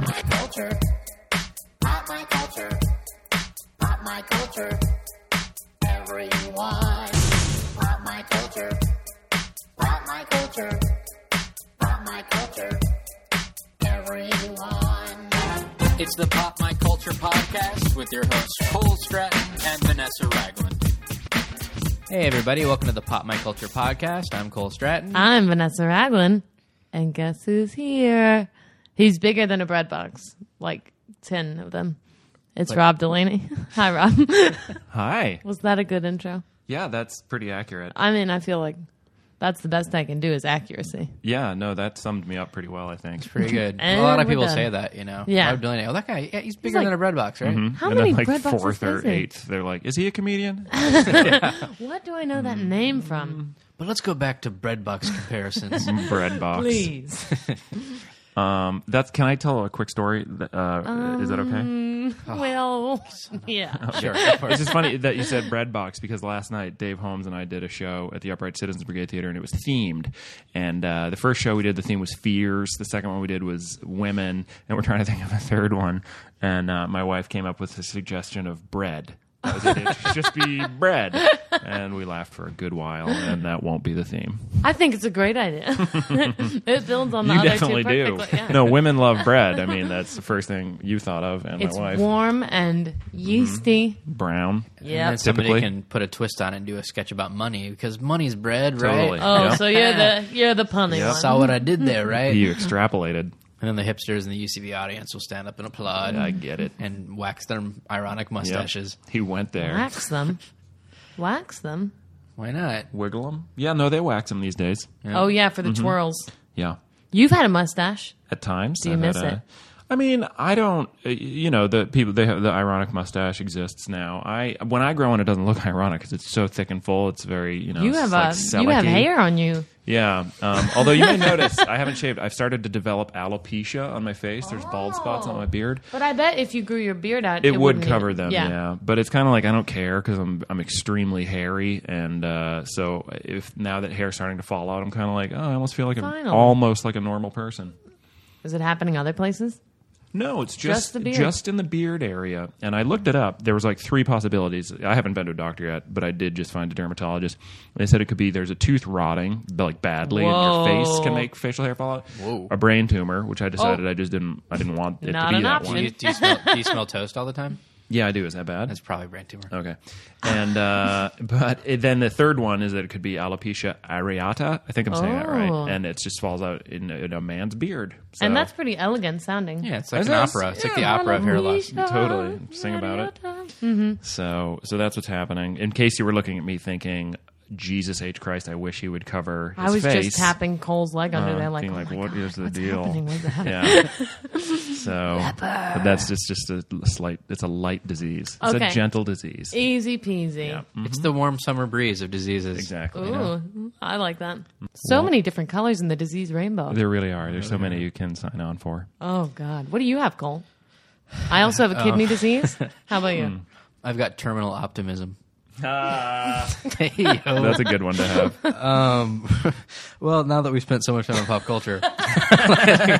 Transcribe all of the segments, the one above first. culture. Pop my culture. Pop my culture. Everyone. Pop my culture. Pop my culture. Pop my culture. Everyone. It's the Pop My Culture podcast with your hosts Cole Stratton and Vanessa Ragland. Hey, everybody, welcome to the Pop My Culture Podcast. I'm Cole Stratton. I'm Vanessa Raglan, and guess who's here? He's bigger than a bread box, like 10 of them. It's Rob Delaney. Hi, Rob. Hi. Was that a good intro? Yeah, that's pretty accurate. I mean, I feel like that's the best I can do is accuracy. Yeah, no, that summed me up pretty well, I think. Pretty good. And a lot of we're people done. say that, you know. Yeah. Rob Delaney, oh, that guy, yeah, he's bigger like- Mm-hmm. than a bread box, right? How and many then like bread boxes fourth or is he? eighth, they're like, "Is he a comedian?" What do I know Mm. that name from? But let's go back to bread box comparisons. bread box. Please. Um, that's. Can I tell a quick story? Th- Uh, is that okay? well, yeah. sure. of course. It's just funny that you said bread box because last night Dave Holmes and I did a show at the Upright Citizens Brigade Theater and it was themed. And uh, the first show we did, the theme was fears. The second one we did was women, and we're trying to think of a third one. And uh, my wife came up with the suggestion of bread. That was it. It should just be bread, and we laughed for a good while. And that won't be the theme. I think it's a great idea. it builds on the You other definitely two do. perfectly. Yeah. No, women love bread. I mean, that's the first thing you thought of, and It's my wife Mm-hmm. warm and yeasty. brown. And then Yeah. somebody Typically. can put a twist on it and do a sketch about money because money's bread, right? Totally. Oh, mm-hmm. Yeah. so you're the you're the punny I one. saw what I did there, right? You extrapolated. And then the hipsters in the UCB audience will stand up and applaud. I get it. And wax their ironic Yep. mustaches. He went there. Wax them. Wax them. Why not? Wiggle them. Yeah, no, they wax them these days. Oh yeah, for the Mm-hmm. twirls. Yeah, You've had a mustache. at times. you I've had miss a- it? I mean, I don't. uh, You know, the people they have, the ironic mustache exists now. I when I grow one, it doesn't look ironic because it's so thick and full. It's very you know. You Oh, it's have a like you have Selicky. hair on you. Yeah. Um, although you may notice, I haven't shaved. I've started to develop alopecia on my face. There's bald spots on my beard. But I bet if you grew your beard out, it, would wouldn't cover even- them, yeah. But it's kind of like I don't care because I'm I'm extremely hairy, and uh, so if now that hair's starting to fall out, I'm kind of like oh, I almost feel like I'm Finally. almost like a normal person. Is it happening other places? No, it's Just just the just, beard. in the beard area. And I looked it up. There was like three possibilities. I haven't been to a doctor yet, but I did just find a dermatologist. They said it could be there's a tooth rotting but, like badly, and your Whoa. Oh. face can make facial hair fall out. A brain tumor, which I decided I just didn't I didn't want it Not to be an that option. Do you, one. do you smell, do you smell toast all the time? Yeah, I do. Is that bad? That's probably brain tumor. Oh. Okay. And uh, but it, then the third one is that it could be alopecia areata. I think I'm saying that Oh. right. And it just falls out in, a- in a man's beard. So, And that's pretty elegant sounding. Yeah, it's like Is an it? opera. It's like the opera of hair loss. Totally. Sing about it. so so that's what's happening. In case you were looking at me thinking, Jesus H Christ, I wish he would cover his I was face. Uh, just tapping Cole's leg under there, like, being oh like, my what God, is the what's deal? Happening? What's happening? Yeah. so but that's just just a slight. It's a light disease. It's Okay. a gentle disease. Easy peasy. Yeah. It's the warm summer breeze of diseases. Exactly. Ooh, you know? I like that. So many different colors in the disease rainbow. There really are. There's so many you can sign on for. Oh God, what do you have, Cole? I also have a Oh. kidney disease. How about you? I've got terminal optimism. Ah. Hey, yo. That's a good one to have. well, now that we've spent so much time on pop culture,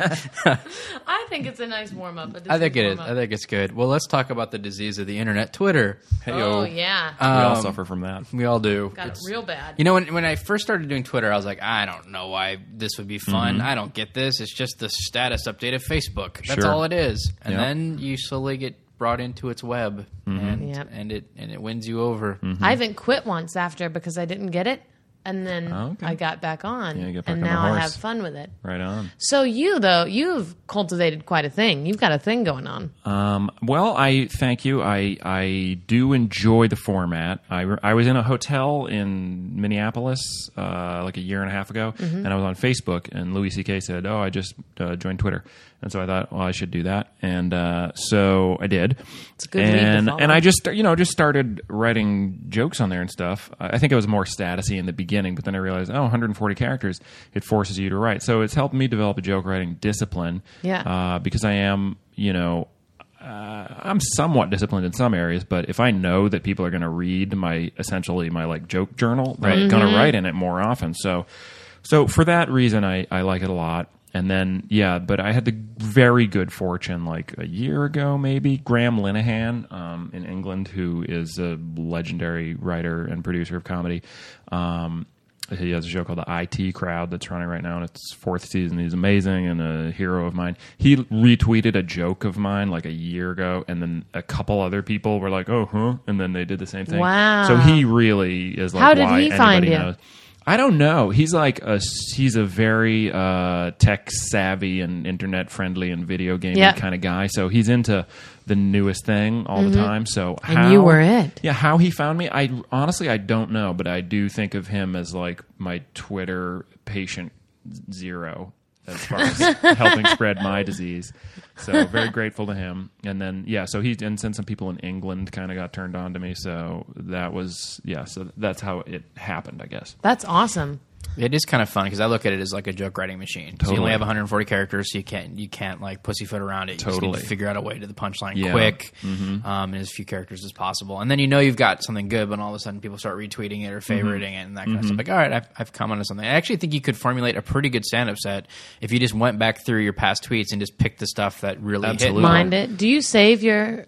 I think it's a nice warm up. I think it is. I think it's good. Well, let's talk about the disease of the internet, Twitter. Oh yeah, We all Um, suffer from that. We all do. got it It's- real bad. You know, when, when I first started doing Twitter, I was like, I don't know why this would be fun. I don't get this. It's just the status update of Facebook. That's Sure. all it is. And Yeah. then you slowly get brought into its web, and Yep. and it and it wins you over. Mm-hmm. I even quit once after because I didn't get it, and then Oh, okay. I got back on, you get back and on the now I horse. have fun with it. Right on. So you though, you've cultivated quite a thing. You've got a thing going on. Um, well, I thank you. I I do enjoy the format. I, I was in a hotel in Minneapolis uh, like a year and a half ago, and I was on Facebook, and Louis C.K. said, "Oh, I just uh, joined Twitter," and so I thought, "Well, I should do that," and uh, so I did. It's a good lead to and follow. and I just you know just started writing jokes on there and stuff. I I think it was more statusy in the beginning, but then I realized, oh, 140 characters. It forces you to write, so it's helped me develop a joke writing discipline. Yeah. uh, because I am you know I'm somewhat disciplined in some areas, but if I know that people are going to read my essentially my like joke journal, they're going to write in it more often. So, so for that reason, I, I like it a lot. And then yeah, but I had the very good fortune like a year ago maybe Graham Linehan um, in England, who is a legendary writer and producer of comedy. Um, he has a show called the IT Crowd that's running right now, and it's fourth season. He's amazing and a hero of mine. He retweeted a joke of mine like a year ago, and then a couple other people were like, "Oh, huh," and then they did the same thing. Wow. So he really is like, How did why he find anybody you? knows. I don't know. He's like a he's a very uh, tech savvy and internet friendly and video game Yeah. kind of guy. So he's into the newest thing all the time. So Mm-hmm. And how- you were it. yeah, how he found me, I honestly I don't know, but I do think of him as like my Twitter patient zero as far as helping spread my disease. So very grateful to him. And then yeah, so he and sent some people in England kind of got turned on to me. So that was yeah. So that's how it happened, I guess. That's awesome. It is kind of fun because I look at it as like a joke writing machine. So you Totally. only have 140 characters, so you can't you can't like pussyfoot around it. You just need Totally. to figure out a way to the punchline Yeah. Mm-hmm. quick, um, and as few characters as possible. And then you know you've got something good, but all of a sudden people start retweeting it or Mm-hmm. favoriting it and that kind of stuff. Like, all right, I've, I've come onto something. I actually think you could formulate a pretty good stand up set if you just went back through your past tweets and just picked the stuff that really Absolutely. hit. home. Mind it. Do you save your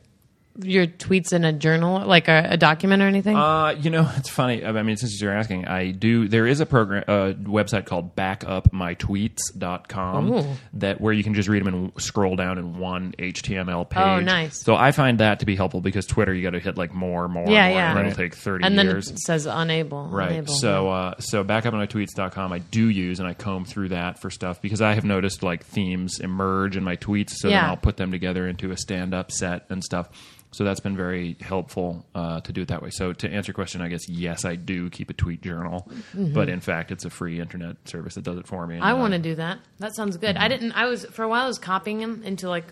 your tweets in a journal, like a, a document or anything? Uh, you know, it's funny. I mean, since you're asking, I do. There is a program, uh, website called backupmytweets.com Ooh. that where you can just read them and scroll down in one HTML page. Oh, nice. So I find that to be helpful because Twitter, you got to hit like more, more, yeah, more, yeah. and that'll take thirty and then years. it says unable. Right. Unable. So uh, so backupmytweets.com I do use and I comb through that for stuff because I have noticed like themes emerge in my tweets so then Yeah. I'll put them together into a stand up set and stuff. So that's been very helpful uh, to do it that way. So to answer your question, I guess yes, I do keep a tweet journal, but in fact, it's a free internet service that does it Mm-hmm. for me. Mm-hmm. I want to do that. That sounds good. I didn't. I was for a while. I was copying them into like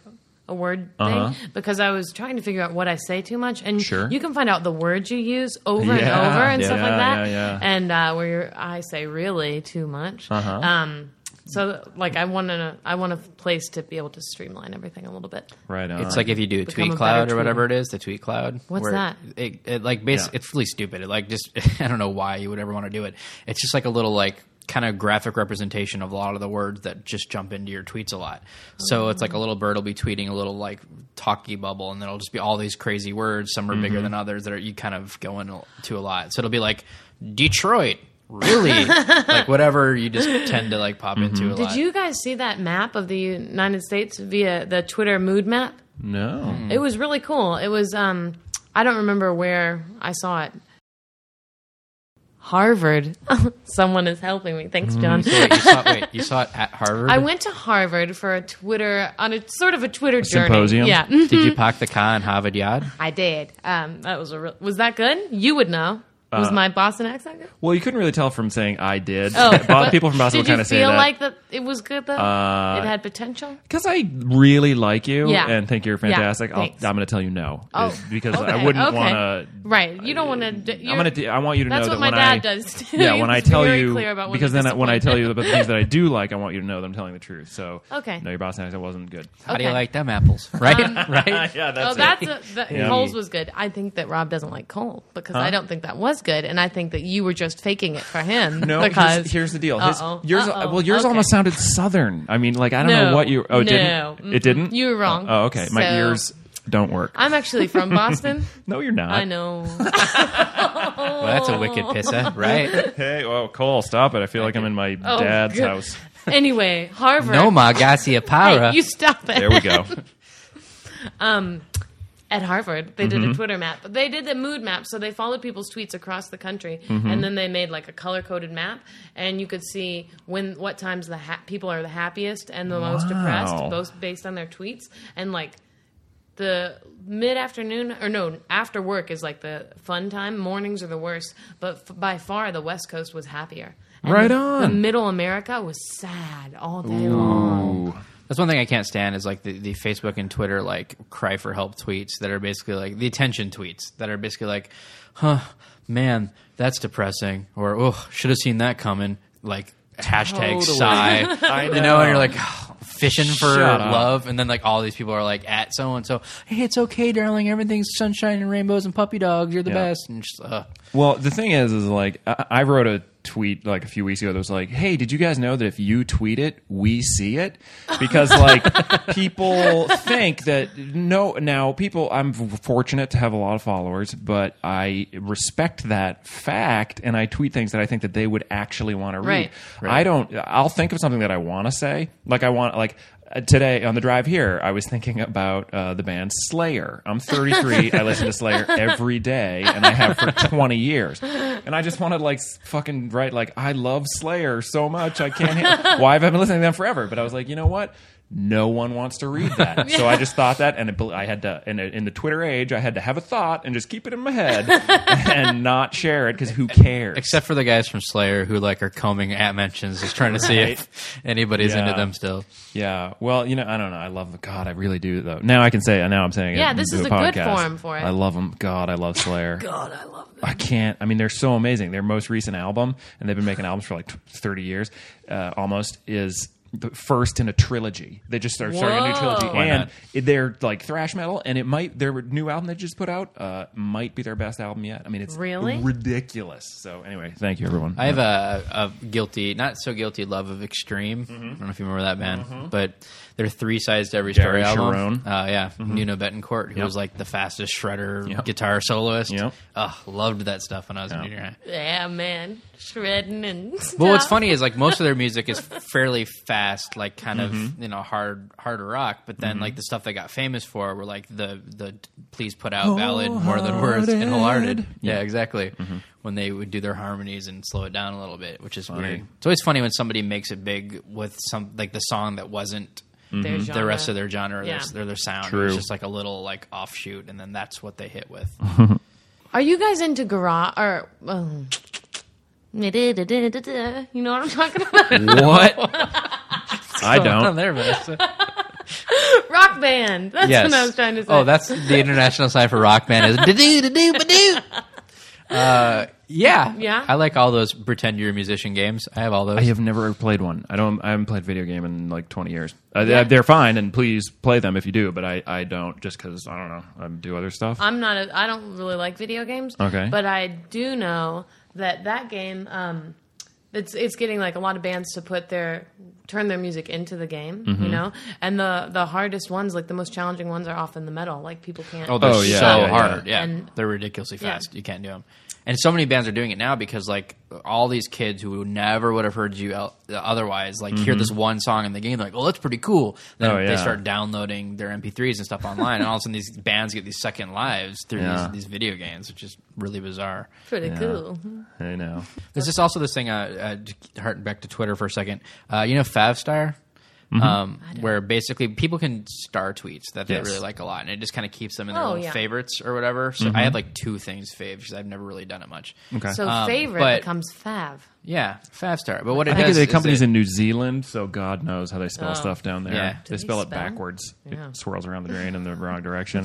a word Uh-huh. thing because I was trying to figure out what I say too much. And Sure. you can find out the words you use over and Yeah, over and stuff yeah, like that. yeah, Uh-huh. yeah. And uh, where you're, I say really too much. Um, so like I want to. I want a place to be able to streamline everything a little bit. right on. It's like if you do a Uh, Become tweet a cloud better or whatever it is, the tweet cloud. What's where that? It, it like basically Yeah. it's really stupid. It like just I don't know why you would ever want to do it. It's just like a little like kind of graphic representation of a lot of the words that just jump into your tweets a lot. Oh. So it's like a little bird will be tweeting a little like talky bubble and then it'll just be all these crazy words, some are bigger than others that are you kind of go into a lot. So it'll be like Detroit, really? like whatever you just tend to like pop into a lot. Did you guys see that map of the United States via the Twitter mood map? no. It was really cool. It was um I don't remember where I saw it. Harvard. Someone is helping me. Thanks, Mm-hmm. John. So wait, you saw, wait, you saw it at Harvard? I went to Harvard for a Twitter on a sort of a Twitter journey. symposium? Yeah, Mm-hmm. Did you park the car in Harvard Yard? I did. Um, that was a real, was that good? You would know. Was my Boston accent good? Well, you couldn't really tell from saying I did. Oh, Uh, a lot but of people from Boston Did would kind you of say feel that. like that it was good though? Uh, it had potential. because I really like you Yeah. and think you're Yeah, fantastic, I'll, I'm thanks. going to tell you no. Oh, is because I okay, wouldn't okay. want to. Right. You don't want to. I'm gonna. T- I want you to That's know what that my when I dad does too. yeah, He when I was tell very you clear about when because they're then I- when I tell you disappointed. about the things that I do like, I want you to know that I'm telling the truth. So Okay. no, your Boston accent wasn't good. How do you Okay. like them apples? Right? Um, right? yeah, Oh, that's, that's it. a, that, Yeah. Cole's was good. I think that Rob doesn't like Cole because I don't think that was good, and I think that you were just faking it for him. no. here's- because here's, the deal. His- Uh-oh, yours, uh-oh, well, yours okay. almost sounded southern. I mean, like I don't know No, what you. Oh, it no, didn't it? Didn't you were wrong. Oh, okay. My So- ears don't work. I'm actually from Boston. no, you're not. I know. Well, that's a wicked pissa, right? Hey, oh, Cole, stop it! I feel like I'm in my Oh, dad's good. house. Anyway, Harvard. no, ma gassia para. Hey, you stop it. There we go. At Harvard, they Mm-hmm. did a Twitter map, but they did the mood map. So they followed people's tweets across the country, Mm-hmm. and then they made like a color coded map, and you could see when what times the ha- people are the happiest and the most depressed, Wow. both based on their tweets. And like the mid afternoon or no after work is like the fun time. Mornings are the worst, but f- by far the West Coast was happier. And Right the- The on. Middle America was sad all day long. That's one thing I can't stand is like the, the Facebook and Twitter like cry for help tweets that are basically like the attention tweets that are basically like, huh, man, that's depressing, or oh, should have seen that coming. Like hashtag Totally. sigh, I you know, and you're know. like "Oh, fishing for Shut up. love, and then like all these people are like at so and so, hey, it's okay, darling, everything's sunshine and rainbows and puppy dogs, you're the Yeah. best, and just uh, Well, the thing is, is like I, I wrote a tweet like a few weeks ago that was like, "Hey, did you guys know that if you tweet it, we see it?" Because like people think that no. Now people, I'm fortunate to have a lot of followers, but I respect that fact, and I tweet things that I think that they would actually want to read. Right. I don't. I'll think of something that I want to say. Like I want like. uh, Today on the drive here, I was thinking about uh, the band Slayer. I'm 33. I listen to Slayer every day, and I have for 20 years. And I just wanted like s- fucking write like I love Slayer so much I can't. ha- Why have I been listening to them forever? But I was like, you know what? No one wants to read that. So I just thought that, and it, bel- I had to. In, a, in the Twitter age, I had to have a thought and just keep it in my head and not share it because who cares? Except for the guys from Slayer who like are combing at mentions, just trying to see if anybody's Yeah. into them still. Yeah. Well, you know, I don't know. I love God. I really do though. Now I can say. Now I'm saying. it Yeah, this through is a good forum for it. I love them. God, I love Slayer. God, I love them. I can't. I mean, they're so amazing. Their most recent album, and they've been making albums for like t- 30 years, uh, almost is. The first in a trilogy, they just are starting a new Whoa. trilogy, Why and not? it- they're like thrash metal, and it might their new album they just put out uh, might be their best album yet. I mean, it's Really? ridiculous. So anyway, thank you everyone. I have a, a guilty, not so guilty love of Extreme. Mm-hmm. I don't know if you remember that band, but their three sides to every story Gary album. Sharon. Mm-hmm. Uh, yeah, Nuno Betancourt, who was like the fastest shredder Yep. guitar soloist. Yep. Ugh, loved that stuff when I was in Yeah. junior high. Yeah, man, shredding and. Stuff. Well, what's funny is like most of their music is fairly fast, like kind of Mm-hmm. you know hard harder rock. But then like the stuff they got famous for were like the the please put out ballad more than words and wholehearted. Yeah, exactly. Mm-hmm. When they would do their harmonies and slow it down a little bit, which is weird. It's always funny when somebody makes it big with some like the song that wasn't Their Mm-hmm. the genre. rest of their genre or, Yeah. their, or their sound. It Mm. True. was just like a little like offshoot, and then that's what they hit with. Are you guys into garage or? Um, you know what I'm talking about? what? I Oh, don't. there, Vanessa. Rock band. That's what I was trying to say. Oh, that's the international side for rock band is do do do do. Uh, yeah, Yeah? I like all those pretend you're a musician games. I have all those. I have never played one. I don't. I haven't played video game in like twenty years. Uh, they- They're fine, and please play them if you do. But I, I don't just because I don't know. I do other stuff. I'm not. A, I don't really like video games. Okay. But I do know that that game. Um, it's it's getting like a lot of bands to put their turn their music into the game. You Mm-hmm. know, and the the hardest ones, like the most challenging ones, are often the metal. Like people can't. oh, they're Oh, yeah, so yeah, yeah. hard. Yeah, And- they're ridiculously Yeah. fast. You can't do them. And so many bands are doing it now because like all these kids who never would have heard you el- otherwise, like hear this one song in the game, they're like, "Oh, that's pretty cool." Then Mm-hmm. Oh, they yeah. start downloading their MP3s and stuff online, and all of a sudden these bands get these second lives through Yeah. these, these video games, which is really bizarre. pretty Yeah. cool. I know. There's just also this thing, uh, uh, harking back to Twitter for a second. Uh, you know, Favstar? Mm-hmm. Um, where basically people can star tweets that they Yes. really like a lot, and it just kind of keeps them in their Oh, little yeah. favorites or whatever. So I have like two things faves because I've never really done it much. Mm-hmm. Okay. So Um, favorite but- becomes fav. Yeah, Favstar. But what it I think does the is company's it- in New Zealand, so God knows how they spell stuff down there. Yeah. They Do they spell it spell? backwards. Yeah. It swirls around the drain in the wrong direction.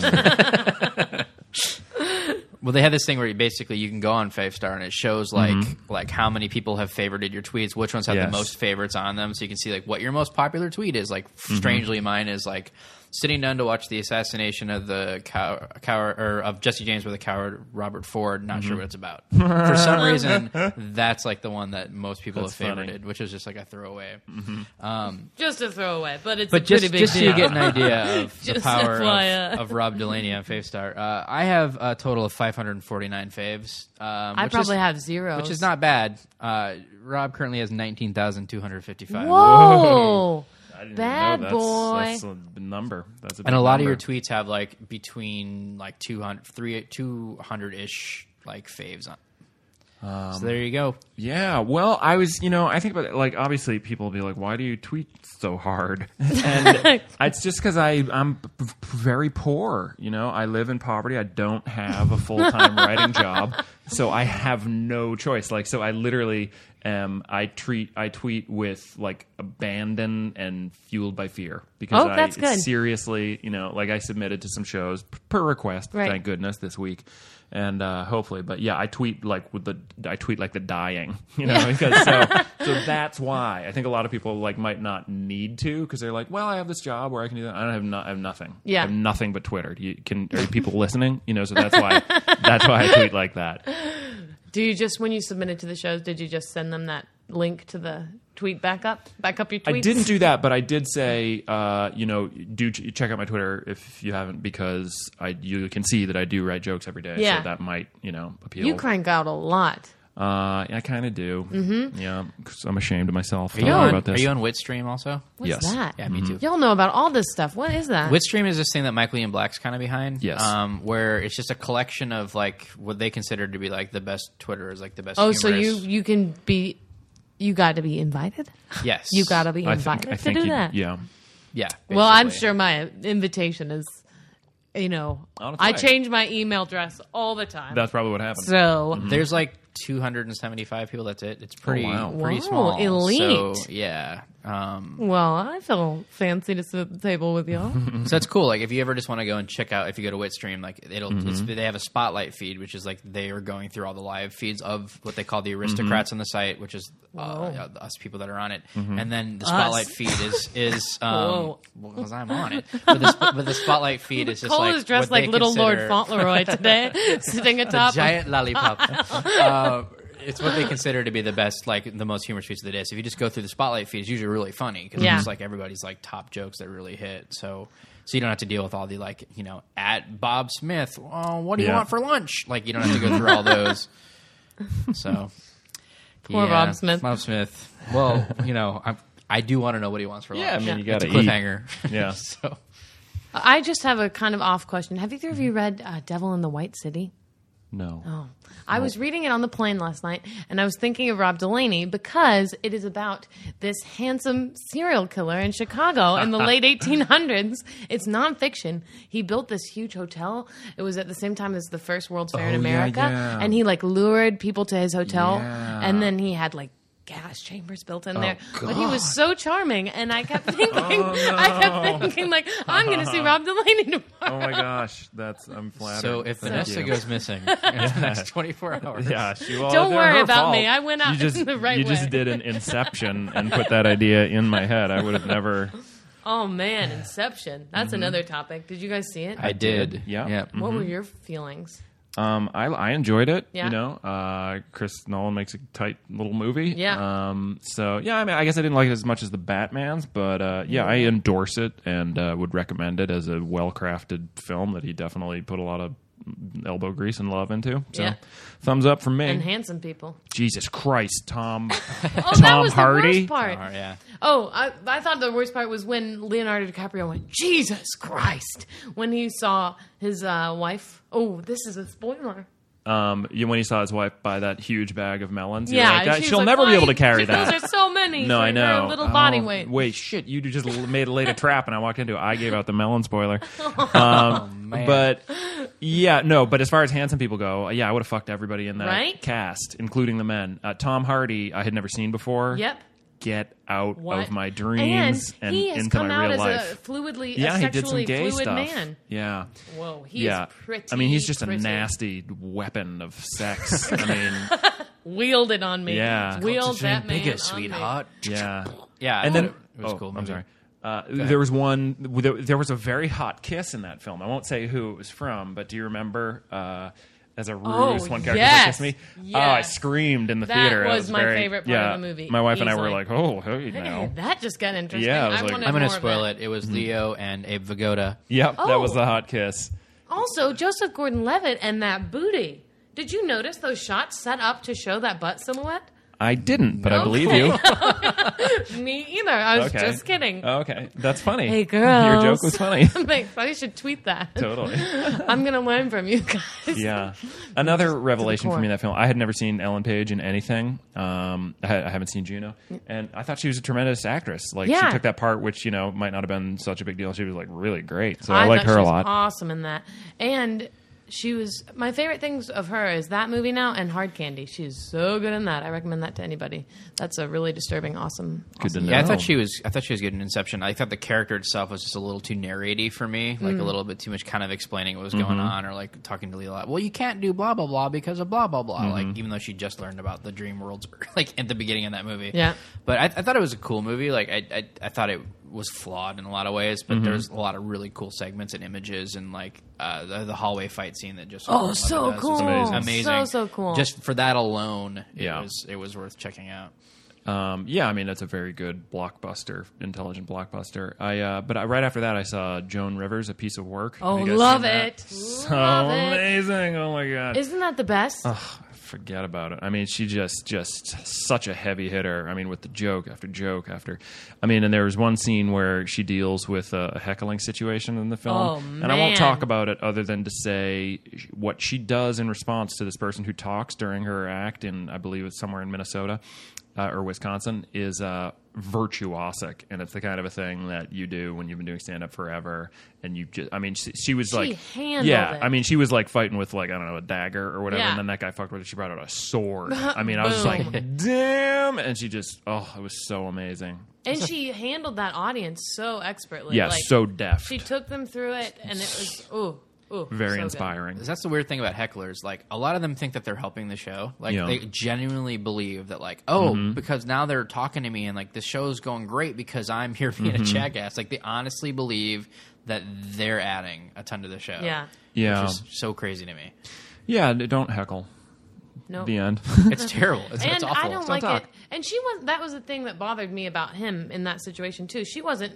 Well, they have this thing where you basically you can go on Favestar and it shows like like how many people have favorited your tweets, which ones have Mm-hmm. Yes. the most favorites on them, so you can see like what your most popular tweet is. Like, Mm-hmm. strangely, mine is like sitting down to watch the assassination of the cow, cow or of Jesse James with the coward Robert Ford. Not Mm-hmm. sure what it's about. For some reason, that's like the one that most people That's have funny. favorited, which is just like a throwaway. Just a throwaway, but it's But a pretty just big just so you deal. get an idea of the Just power FYI. of, of Rob Delaney on Favestar, uh, I have a total of 549 faves. Um, I which probably is, have zero, which is not bad. Uh, Rob currently has nineteen thousand two hundred fifty-five. Whoa, I didn't even know bad that's, boy. That's a b- number. That's a big And a lot number. of your tweets have like between like 200 three- 200 ish like faves on. Um, so there you go. Yeah, well, I was, you know, I think about it, like obviously people will be like, "Why do you tweet so hard?" And it's just because I I'm p- p- very poor. You know, I live in poverty. I don't have a full time writing job, so I have no choice. Like, so I literally am. I treat I tweet with like abandon and fueled by fear because Oh, that's I good. seriously, you know, like I submitted to some shows p- per request. Right. Thank goodness this week, and uh, hopefully, but yeah, I tweet like with the I tweet like the dying, you know, because so so that's why I think a lot of people like might not need to because they're like, well, I have this job where I can do that. I don't have no, I have nothing. Yeah. I have nothing but Twitter. Do You can are people listening? You know, so that's why that's why I tweet like that. Do you just when you submitted to the shows, did you just send them that link to the tweet back up, back up your tweets? I didn't do that, but I did say, uh, you know, do ch- check out my Twitter if you haven't, because I you can see that I do write jokes every day. Yeah. So that might, you know, appeal. You crank out a lot. Uh, I kind of do. Mm-hmm. Yeah, 'cause I'm ashamed of myself. Are you, Don't worry on, about this. are you on Witstream also? What's Yes. that? Yeah, me too. Y'all know about all this stuff. What is that? Witstream is this thing that Michael Ian Black's kind of behind. Yes. Um, where it's just a collection of like what they consider to be like the best Twitterers, like the best. oh, so you humorists. you can be, you got to be invited. Yes. You got to be I think, invited I think to do you- that. Yeah. Yeah. Well, I'm basically. sure my invitation is, you know, On its I way. change my email address all the time. That's probably what happened. so There's like 275 people. That's it. It's pretty Oh, wow. pretty Wow, small. So, elite. yeah. Um, well, I feel fancy to sit at the table with y'all. so that's cool. Like if you ever just want to go and check out, if you go to Witstream, like it'll it's, they have a spotlight feed, which is like they are going through all the live feeds of what they call the aristocrats on the site, which is uh, uh, us people that are on it. And then the spotlight feed is is um, Whoa. because I'm on it. But the, sp- but the spotlight feed is just Cole like is dressed what they like Little Lord consider- Fauntleroy today, sitting atop. a of- giant lollipop. uh, it's what they consider to be the best, like the most humorous feeds of the day. So if you just go through the spotlight feed, it's usually really funny because Yeah. it's just like everybody's like top jokes that really hit. So so you don't have to deal with all the like you know at Bob Smith. Oh, what do you Yeah. want for lunch? Like you don't have to go through all those. So Poor Bob Smith. Bob Smith. Well, you know I'm. I do want to know what he wants for lunch. Yeah, I mean, you it's gotta a eat. cliffhanger. Yeah. so I just have a kind of off question. Have either of you read uh, Devil in the White City? No. Oh. I was reading it on the plane last night, and I was thinking of Rob Delaney because it is about this handsome serial killer in Chicago in the late 1800s. It's nonfiction. He built this huge hotel. It was at the same time as the first World's Fair in Oh, yeah, America, yeah. and he like lured people to his hotel, Yeah. Oh, and then he had like. Gas chambers built in there, but he was so charming, and I kept thinking, I kept thinking, like, I'm going to see Rob Delaney tomorrow. Oh my gosh, that's I'm flattered. so if Thank Vanessa you. goes missing in the next 24 hours, yeah, she well, Don't they're worry her about fault. me. I went out you just, in the right You way. just did an inception and put that idea in my head. I would have never. Oh man, Inception. That's another topic. Did you guys see it? I did. Yeah. Yep. What Mm-hmm. were your feelings? Um, I, I enjoyed it. Yeah. You know, uh, Chris Nolan makes a tight little movie. Yeah. Um, so yeah, I mean, I guess I didn't like it as much as the Batman's, but uh, yeah, I Mm-hmm. endorse it and uh, would recommend it as a well-crafted film that he definitely put a lot of elbow grease and love into. So Yeah. thumbs up from me. And handsome people. Jesus Christ, Tom. Oh, that Tom was the Hardy? worst part. Oh, yeah. Oh, I, I thought the worst part was when Leonardo DiCaprio went, Jesus Christ, when he saw his uh, wife. Oh, this is a spoiler. um, you, when he saw his wife buy that huge bag of melons, you're yeah, like, and "That- she was uh, she'll like, never be "Why able to you- carry she- that. Those are so many. No, for I know. Her little Oh, body weight. Wait, shit! You just l- made laid a trap, and I walked into it. I gave out the melon spoiler. Um, but yeah, no. But as far as handsome people go, yeah, I would have fucked everybody in that Right? cast, including the men. Uh, Tom Hardy, I had never seen before. Yep. Get out What? of my dreams and, and he has into come my out real as life. a fluidly, a yeah, he did sexually some gay fluid stuff. man. Yeah, Whoa, he yeah. is pretty. I mean, he's just pretty. a nasty weapon of sex. I mean, Wield it on me. Yeah. wield that man. biggest on me. sweetheart. yeah. Yeah, and then it was oh, cool. I'm movie. sorry. Uh, there was one. There, there was a very hot kiss in that film. I won't say who it was from, but do you remember? Uh, as a ruse, Oh, one character yes. kissed me. Oh, I Yes. screamed in the That theater. That was my very- favorite part of yeah, the movie, My wife and I were easily. like, "Oh, hey now." That just got interesting. Yeah, I was I like- wanted I'm going more to of spoil that. it. It was Leo and Abe Vigoda. Yep, that was Oh. the hot kiss. Also, Joseph Gordon-Levitt and that booty. Did you notice those shots set up to show that butt silhouette? I didn't, but I No. believe you. Me either. I was Okay, Uh, just kidding. Okay, that's funny. Hey, your girls. joke was funny. Thanks. I should tweet that. totally. I'm gonna learn from you guys. Yeah. Another revelation for core. me in that film. I had never seen Ellen Page in anything. Um, I, had, I haven't seen Juno, and I thought she was a tremendous actress. Like Yeah. she took that part, which you know might not have been such a big deal. She was like really great. So I, I, like thought her she a was lot. Awesome in that. And she was my favorite things of her is that movie now and Hard Candy. She's so good in that. I recommend that to anybody. That's a really disturbing, awesome. Good to know. Yeah, I thought she was. I thought she was good in Inception. I thought the character itself was just a little too narraty for me, Hmm. like a little bit too much, kind of explaining what was Mm-hmm. going on or like talking to Leo. a lot. Well, you can't do blah blah blah because of blah blah blah. Mm-hmm. Like even though she just learned about the dream worlds, like at the beginning of that movie. Yeah. but I, I thought it was a cool movie. Like I, I, I thought it was flawed in a lot of ways, Mm-hmm. but there's a lot of really cool segments and images and like uh, the, the hallway fight scene that just Oh, so It's cool. amazing. amazing, So, so cool. Just for that alone, it Yeah. was it was worth checking out. Um, yeah, I mean that's a very good blockbuster, intelligent blockbuster. I uh, but I, right after that I saw Joan Rivers, a piece of work. Have Oh, you guys love seen that? it. So Love it. amazing! Oh my god, Isn't that the best? forget about it. I mean, she just just such a heavy hitter. I mean, with the joke after joke after. I mean, and there was one scene where she deals with a, a heckling situation in the film, Oh, and I man. won't talk about it other than to say what she does in response to this person who talks during her act in I believe it's somewhere in Minnesota uh, or Wisconsin is uh, virtuosic, and it's the kind of a thing that you do when you've been doing stand up forever, and you just I mean, she, she was like, handled it. yeah, I mean. I mean, she was like fighting with like I don't know a dagger or whatever, Yeah. and then that guy fucked with her. She brought out a sword. I mean, I was just Boom. like, damn, and she just oh, it was so amazing. and she handled that audience so expertly. Yeah, like, so deft, she took them through it, and it was ooh, ooh, so very good. inspiring. 'Cause That's the weird thing about hecklers. Like a lot of them think that they're helping the show. Like Yeah. Mm-hmm. they genuinely believe that, like, oh, because now they're talking to me and like the show's going great because I'm here being Mm-hmm. a jackass. Like they honestly believe that they're adding a ton to the show. Yeah. Yeah, which is so crazy to me. yeah. d- Don't heckle. No. The uh, end. It's terrible. It's, and it's awful. I don't Don't like talk. it. And she was that was the thing that bothered me about him in that situation too. She wasn't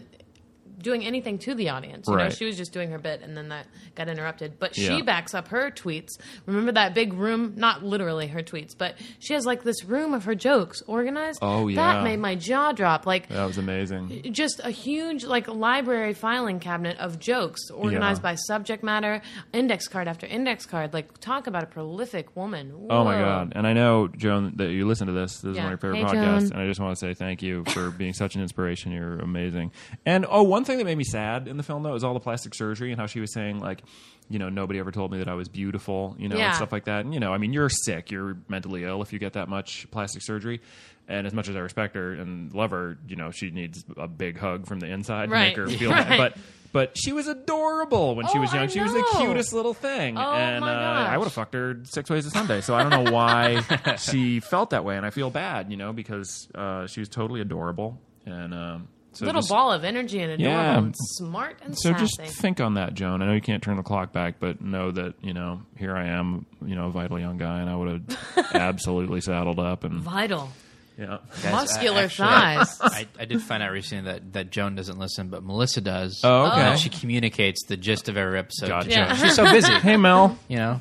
doing anything to the audience. You know, Right. she was just doing her bit and then that got interrupted. But Yeah. she backs up her tweets. Remember that big room, not literally her tweets, but she has like this room of her jokes organized. Oh, yeah. That made my jaw drop. Like that was amazing. just a huge like library filing cabinet of jokes organized Yeah. by subject matter, index card after index card. Like talk about a prolific woman. Oh my Whoa. god! And I know Joan that you listen to this. This is Yeah. one of your favorite Hey, podcasts, Joan. and I just want to say thank you for being such an inspiration. You're amazing. And oh, one thing that made me sad in the film though is all the plastic surgery and how she was saying like, you know, nobody ever told me that I was beautiful, you know, Yeah. and stuff like that. And you know, I mean, you're sick, you're mentally ill if you get that much plastic surgery. And as much as I respect her and love her, you know, she needs a big hug from the inside Right. to make her feel Right. bad. But but she was adorable when she Oh, was young. I She was the know. cutest little thing. Oh, and my uh, gosh. I would have fucked her six ways to Sunday. So I don't know why she felt that way, and I feel bad, you know, because uh, she was totally adorable and um, so little just, ball of energy and adorable Yeah. and smart and So sassy. just think on that, Joan. I know you can't turn the clock back, but know that you know here I am, you know, a vital young guy, and I would have absolutely saddled up and Vital, yeah. Guys, I- muscular actually, thighs. I, I did find out recently that, that Joan doesn't listen, but Melissa does. Oh, okay. And she communicates the gist of every episode. Gotcha. to Joan. Yeah. She's so busy. Hey Mel, You know,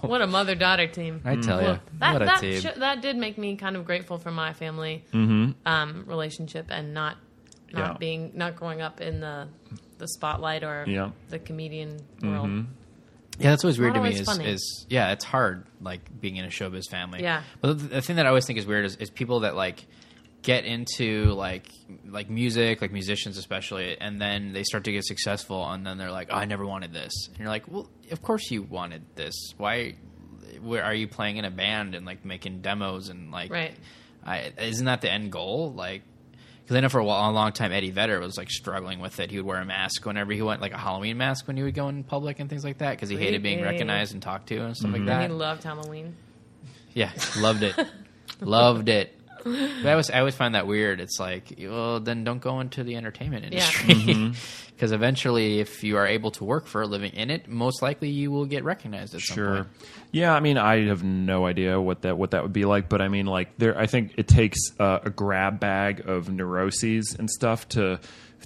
what a mother-daughter team. I Mm. tell you, Well, that what a that, team. sho- that did make me kind of grateful for my family um, relationship and not not Mm-hmm. Yeah. being not growing up in the the spotlight or Yeah. Mm-hmm. the comedian world. Yeah, that's always weird to Not me. always Is, Oh, funny. is yeah, it's hard like being in a showbiz family. Yeah. But the, the thing that I always think is weird is, is people that like get into like like music, like musicians especially, and then they start to get successful, and then they're like, oh, I never wanted this, and you're like, well, of course you wanted this. Why? Where are you playing in a band and like making demos and like? Right. I, isn't that the end goal? Like, because I know for a, while, a long time Eddie Vedder was like struggling with it. He would wear a mask whenever he went, like a Halloween mask when he would go in public and things like that, because he hated being Creepy. recognized and talked to and stuff He like that. loved Halloween. Yeah, loved it, loved it. But I was I always find that weird. It's like, well, then don't go into the entertainment industry, because eventually, if you are able to work for a living in it, most likely you will get recognized at some Sure. point. Yeah, I mean, I have no idea what that what that would be like, but I mean, like there, I think it takes uh, a grab bag of neuroses and stuff to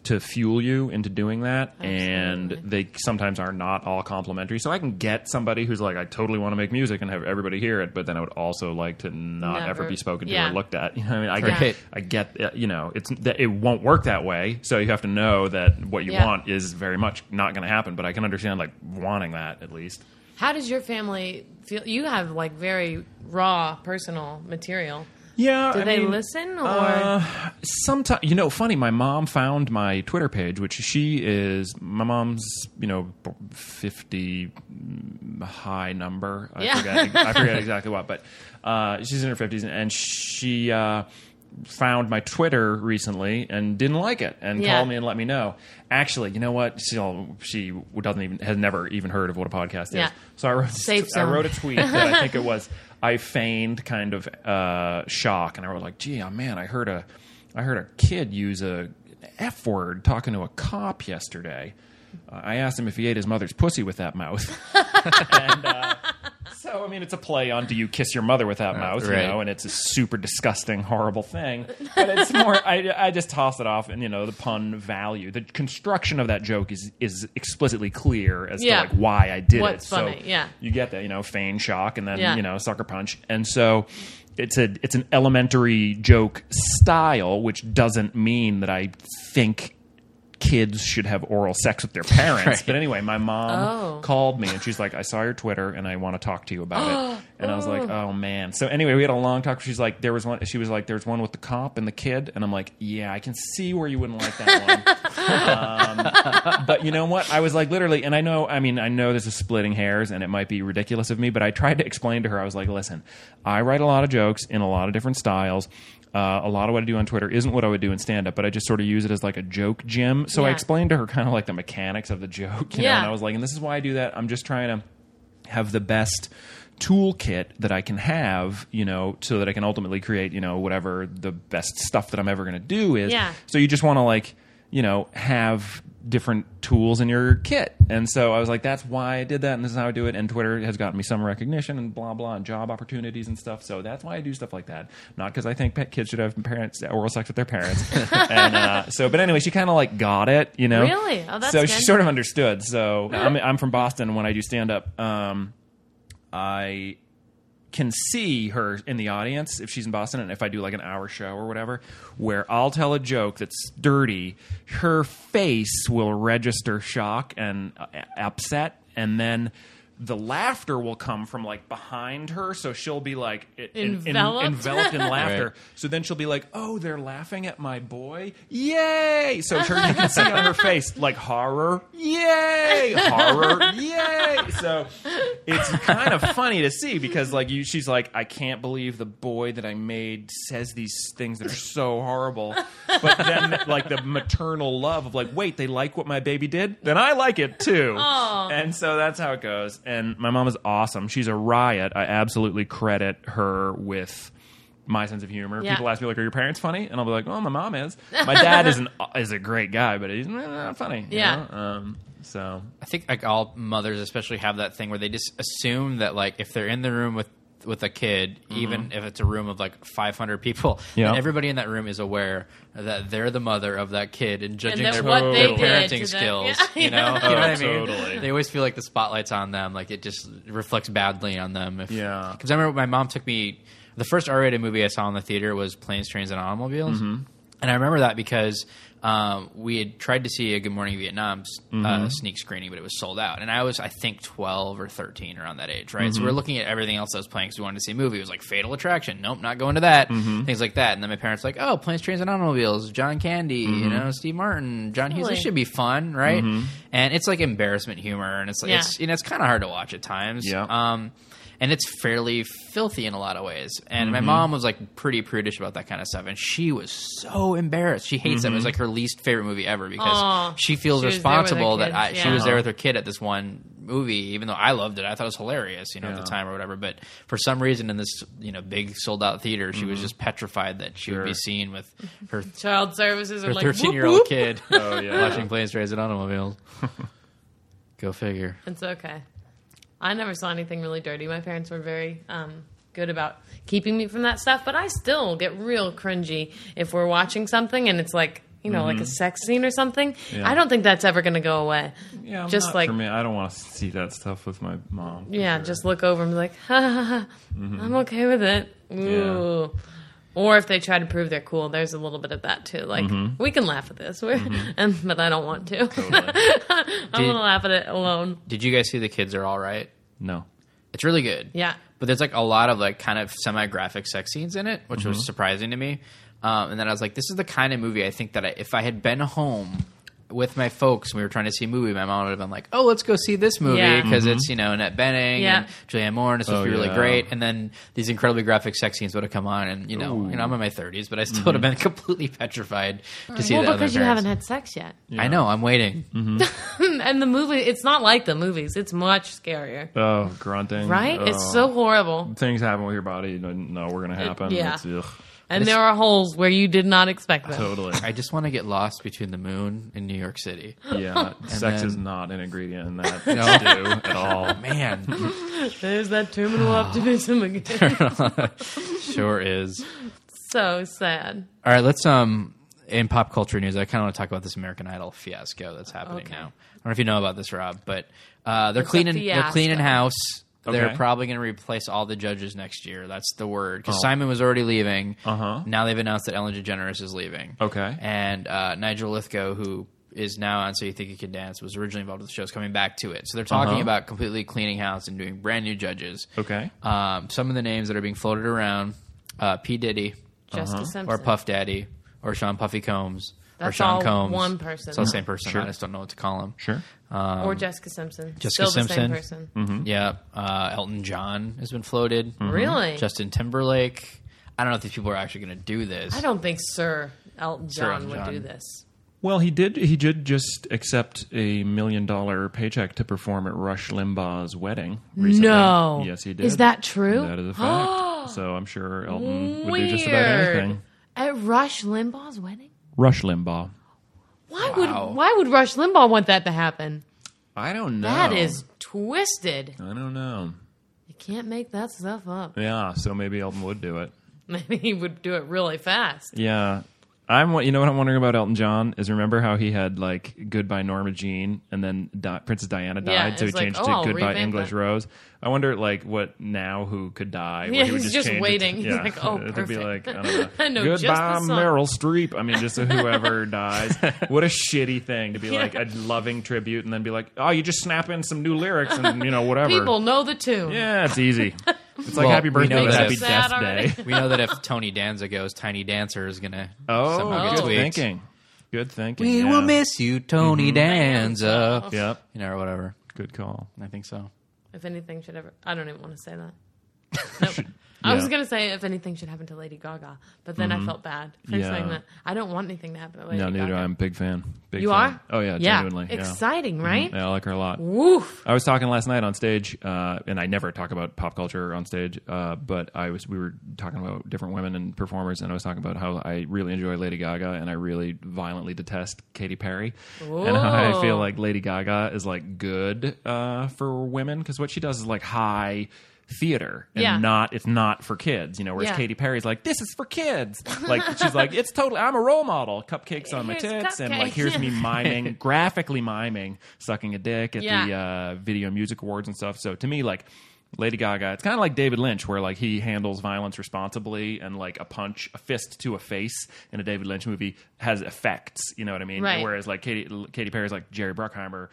to fuel you into doing that, and they sometimes are not all complimentary. So I can get somebody who's like, I totally want to make music and have everybody hear it, but then I would also like to not Never. ever be spoken to Yeah. or looked at. You know, what I mean, I Right. get, I get, uh, you know, it's that it won't work that way. So you have to know that what you Yeah. want is very much not going to happen. But I can understand like wanting that at least. How does your family feel? You have like very raw personal material. Yeah. Do I they mean, uh, listen or Sometimes, you know, funny. My mom found my Twitter page, which she is my mom's, you know, fifty mm, high number. I Yeah. forget. I forget exactly what, but uh, she's in her fifties, and she. Uh, Found my Twitter recently and didn't like it, and Yeah. called me and let me know. Actually, you know what? She she doesn't even has never even heard of what a podcast Yeah. is. So I wrote this Safe I zone. wrote a tweet that I think it was I feigned kind of uh, shock, and I wrote like, "Gee, oh man, I heard a." I heard a kid use a f word talking to a cop yesterday. Uh, I asked him if he ate his mother's pussy with that mouth. and, uh, so I mean, it's a play on "Do you kiss your mother with that mouth?" You right. know, and it's a super disgusting, horrible thing. But it's more. I, I just toss it off, and you know, the pun value, the construction of that joke is is explicitly clear as Yeah. to like why I did What's it. funny, So yeah. you get that, you know, feign shock, and then Yeah. you know, sucker punch, and so. It's a it's an elementary joke style, which doesn't mean that I think kids should have oral sex with their parents. But anyway, my mom Oh. called me and she's like, I saw your Twitter and I want to talk to you about it. And I was like, oh man. So anyway, we had a long talk. She's like, there was one, she was like, there's one with the cop and the kid. And I'm like, yeah, I can see where you wouldn't like that one. But you know what? I was like, literally, and I know, I mean, I know this is splitting hairs and it might be ridiculous of me, but I tried to explain to her, I was like, listen, I write a lot of jokes in a lot of different styles. Uh, a lot of what I do on Twitter isn't what I would do in stand up, but I just sort of use it as like a joke gym. So I Yeah. explained to her kind of like the mechanics of the joke, you know, Yeah. and I was like, and this is why I do that. I'm just trying to have the best toolkit that I can have, you know, so that I can ultimately create, you know, whatever the best stuff that I'm ever going to do is. Yeah. So you just want to like, you know, have different tools in your kit. And so I was like, that's why I did that and this is how I do it. And Twitter has gotten me some recognition and blah, blah, and job opportunities and stuff. So that's why I do stuff like that. Not because I think pet kids should have parents oral sex with their parents. and uh, so, but anyway, she kind of like got it, you know? Really? Oh, that's So good. she sort of understood. So I'm, I'm from Boston. When I do stand up, um, I can see her in the audience if she's in Boston and if I do like an hour show or whatever, where I'll tell a joke that's dirty, her face will register shock and uh, upset, and then the laughter will come from like behind her, so she'll be like in- in- Enveloped? enveloped in laughter. So then she'll be like, "Oh, they're laughing at my boy! Yay!" So her, you can see on her face like horror, yay, horror, yay. So it's kind of funny to see because like you, she's like, "I can't believe the boy that I made says these things that are so horrible," but then like the maternal love of like, "Wait, they like what my baby did? Then I like it too." And so that's how it goes. And my mom is awesome. She's a riot. I absolutely credit her with my sense of humor. Yeah. People ask me like, "Are your parents funny?" And I'll be like, "Oh, my mom is. My dad is an is a great guy, but he's not funny." you Yeah. know? Um, so I think like all mothers especially have that thing where they just assume that like if they're in the room with with a kid, even if it's a room of like 500 people, Mm-hmm. Yeah. then everybody in that room is aware that they're the mother of that kid and judging that their, what they their did parenting to them- skills. Yeah. You know, You know what I mean? Oh, totally. They always feel like the spotlight's on them, like it just reflects badly on them. If, Yeah. because I remember my mom took me. The first R-rated movie I saw in the theater was Planes, Trains, and Automobiles, Mm-hmm. and I remember that because um, we had tried to see a Good Morning Vietnam s- uh, sneak screening, but it was sold out. And I was, I think, twelve or thirteen around that age, right? So we were looking at everything else that was playing because we wanted to see a movie. It was like Fatal Attraction, nope, not going to that. Things like that. And then my parents were like, oh, Planes, Trains, and Automobiles, John Candy, you know, Steve Martin, John Hughes. This Totally. should be fun, right? And it's like embarrassment humor, and it's like Yeah. it's you know it's kind of hard to watch at times. Yeah. Um, and it's fairly filthy in a lot of ways. And Mm-hmm. my mom was like pretty prudish about that kind of stuff, and she was so embarrassed. She hates it. Mm-hmm. It was like her least favorite movie ever because Aw. she feels She was there with her responsible that I, kids, she yeah. was there with her kid at this one movie, even though I loved it. I thought it was hilarious, you know, at Yeah. the time or whatever. But for some reason, in this you know big sold out theater, she was just petrified that she would be Mm-hmm. Sure. seen with her Child services are her like thirteen whoop, year old whoop. kid oh yeah, watching planes, trains, and automobiles. Go figure. It's okay. I never saw anything really dirty. My parents were very um, good about keeping me from that stuff, but I still get real cringy if we're watching something and it's like, you know, like a sex scene or something. Mm-hmm. Yeah. I don't think that's ever going to go away. yeah. I'm just not- like for me, I don't want to see that stuff with my mom. for yeah, sure. just look over and be like, ha, ha, ha, Mm-hmm. I'm okay with it. Ooh. Or if they try to prove they're cool, there's a little bit of that too. Like Mm-hmm. we can laugh at this, we're, and, but I don't want to. I'm Did- gonna laugh at it alone. Did you guys see the kids are all right? no. It's really good. Yeah. But there's like a lot of like kind of semi graphic sex scenes in it, which Mm-hmm. was surprising to me. Um, and then I was like, this is the kind of movie I think that I, if I had been home with my folks and we were trying to see a movie, my mom would have been like, oh, let's go see this movie Yeah. because it's, you know, Annette Benning Yeah. and Julianne Moore and it's supposed to Mm-hmm. Oh, be really yeah. great. And then these incredibly graphic sex scenes would have come on and, you know, you know I'm in my 30s, but I Mm-hmm. still would have been completely petrified to see that. well, with my because you parents. haven't had sex yet. I know, I'm waiting. Mm. And the movie, it's not like the movies. It's much scarier, Oh, grunting. right? It's Oh. so horrible. things happen with your body. You don't know we're gonna happen. yeah. It's, ugh. and there are holes where you did not expect them. Totally. I just want to get lost between the moon and New York City. Yeah. sex is then- not an ingredient in that stew at all. Oh, Man, There's that terminal optimism again. sure is. so sad. All right, let's um in pop culture news. I kind of want to talk about this American Idol fiasco that's happening Okay. now. I don't know if you know about this, Rob, but uh, they're cleaning they're fiasco. cleaning house. They're Okay. probably going to replace all the judges next year. That's the word because Simon was already leaving. Oh. Uh-huh. Now they've announced that Ellen DeGeneres is leaving. Okay. and uh, Nigel Lithgow who. Is now on So You Think You Can Dance was originally involved with the show, is coming back to it. So they're talking Uh-huh. about completely cleaning house and doing brand new judges. Okay. Um, some of the names that are being floated around uh, P. Diddy, Jessica Simpson. Uh-huh. or Puff Daddy or Sean Puffy Combs or That's Sean all Combs. one person. It's all the same person. Sure. I just don't know what to call him. Sure. or Um, Jessica Simpson. Jessica Still the Simpson. same person. Yeah. Uh, Elton John has been floated. Really? Justin Timberlake. I don't know if these people are actually going to do this. I don't think Sir Elton Sir John Elton would John. do this. Well, he did. He did just accept a million dollar paycheck to perform at Rush Limbaugh's wedding. Recently. No. Yes, he did. Is that true? That is a fact. so I'm sure Elton would do just about Weird. anything. At Rush Limbaugh's wedding? Rush Limbaugh. Why Wow. would why would Rush Limbaugh want that to happen? I don't know. That is twisted. I don't know. You can't make that stuff up. Yeah. So maybe Elton would do it. Maybe he would do it really fast. Yeah. I'm. wa- You know what I'm wondering about Elton John is remember how he had like Goodbye Norma Jean and then Di- Princess Diana died, Yeah, so he it's like, changed oh, to I'll Goodbye revamp English that. Rose. I wonder like what now who could die. where Yeah, he would he's just, just change it to- waiting. He's yeah. like, oh, it'd be perfect. like I don't know. I know just the Goodbye song. Meryl Streep. I mean, just whoever dies. What a shitty thing to be like a loving tribute and then be like, oh, you just snap in some new lyrics and you know whatever. People know the tune. Yeah, it's easy. It's like Well, Happy we Birthday, know but that Happy it's- Death Sad already. Day. we know that if Tony Danza goes, Tiny Dancer is going to Oh, somehow good get tweaked. thinking. Good thinking. We yeah. will miss you, Tony Danza. Yep. Mm-hmm. You know, or whatever. Good call. I think so. If anything should ever, I don't even want to say that. Nope. I was Yeah. Mm-hmm. gonna say if anything should happen to Lady Gaga, but then I felt bad for Yeah. saying that. I don't want anything to happen to Lady No, neither. Gaga. I'm a big fan. Big You fan. are? Oh yeah, genuinely. Yeah. Mm-hmm. Exciting, right? yeah, I like her a lot. Woof. I was talking last night on stage, uh, and I never talk about pop culture on stage. Uh, but I was we were talking about different women and performers, and I was talking about how I really enjoy Lady Gaga, and I really violently detest Katy Perry, and how I feel Ooh. like Lady Gaga is like good uh, for women because what she does is like high theater and Yeah. not it's not for kids you know whereas Yeah. katy perry's like this is for kids like she's like it's totally i'm a role model cupcakes on my Here's tits and like cupcakes. here's me miming graphically miming sucking a dick at the Yeah. uh, video music awards and stuff so to me like lady gaga it's kind of like david lynch where like he handles violence responsibly and like a punch a fist to a face in a david lynch movie has effects you know what i mean Right. whereas like katie katie perry's like jerry bruckheimer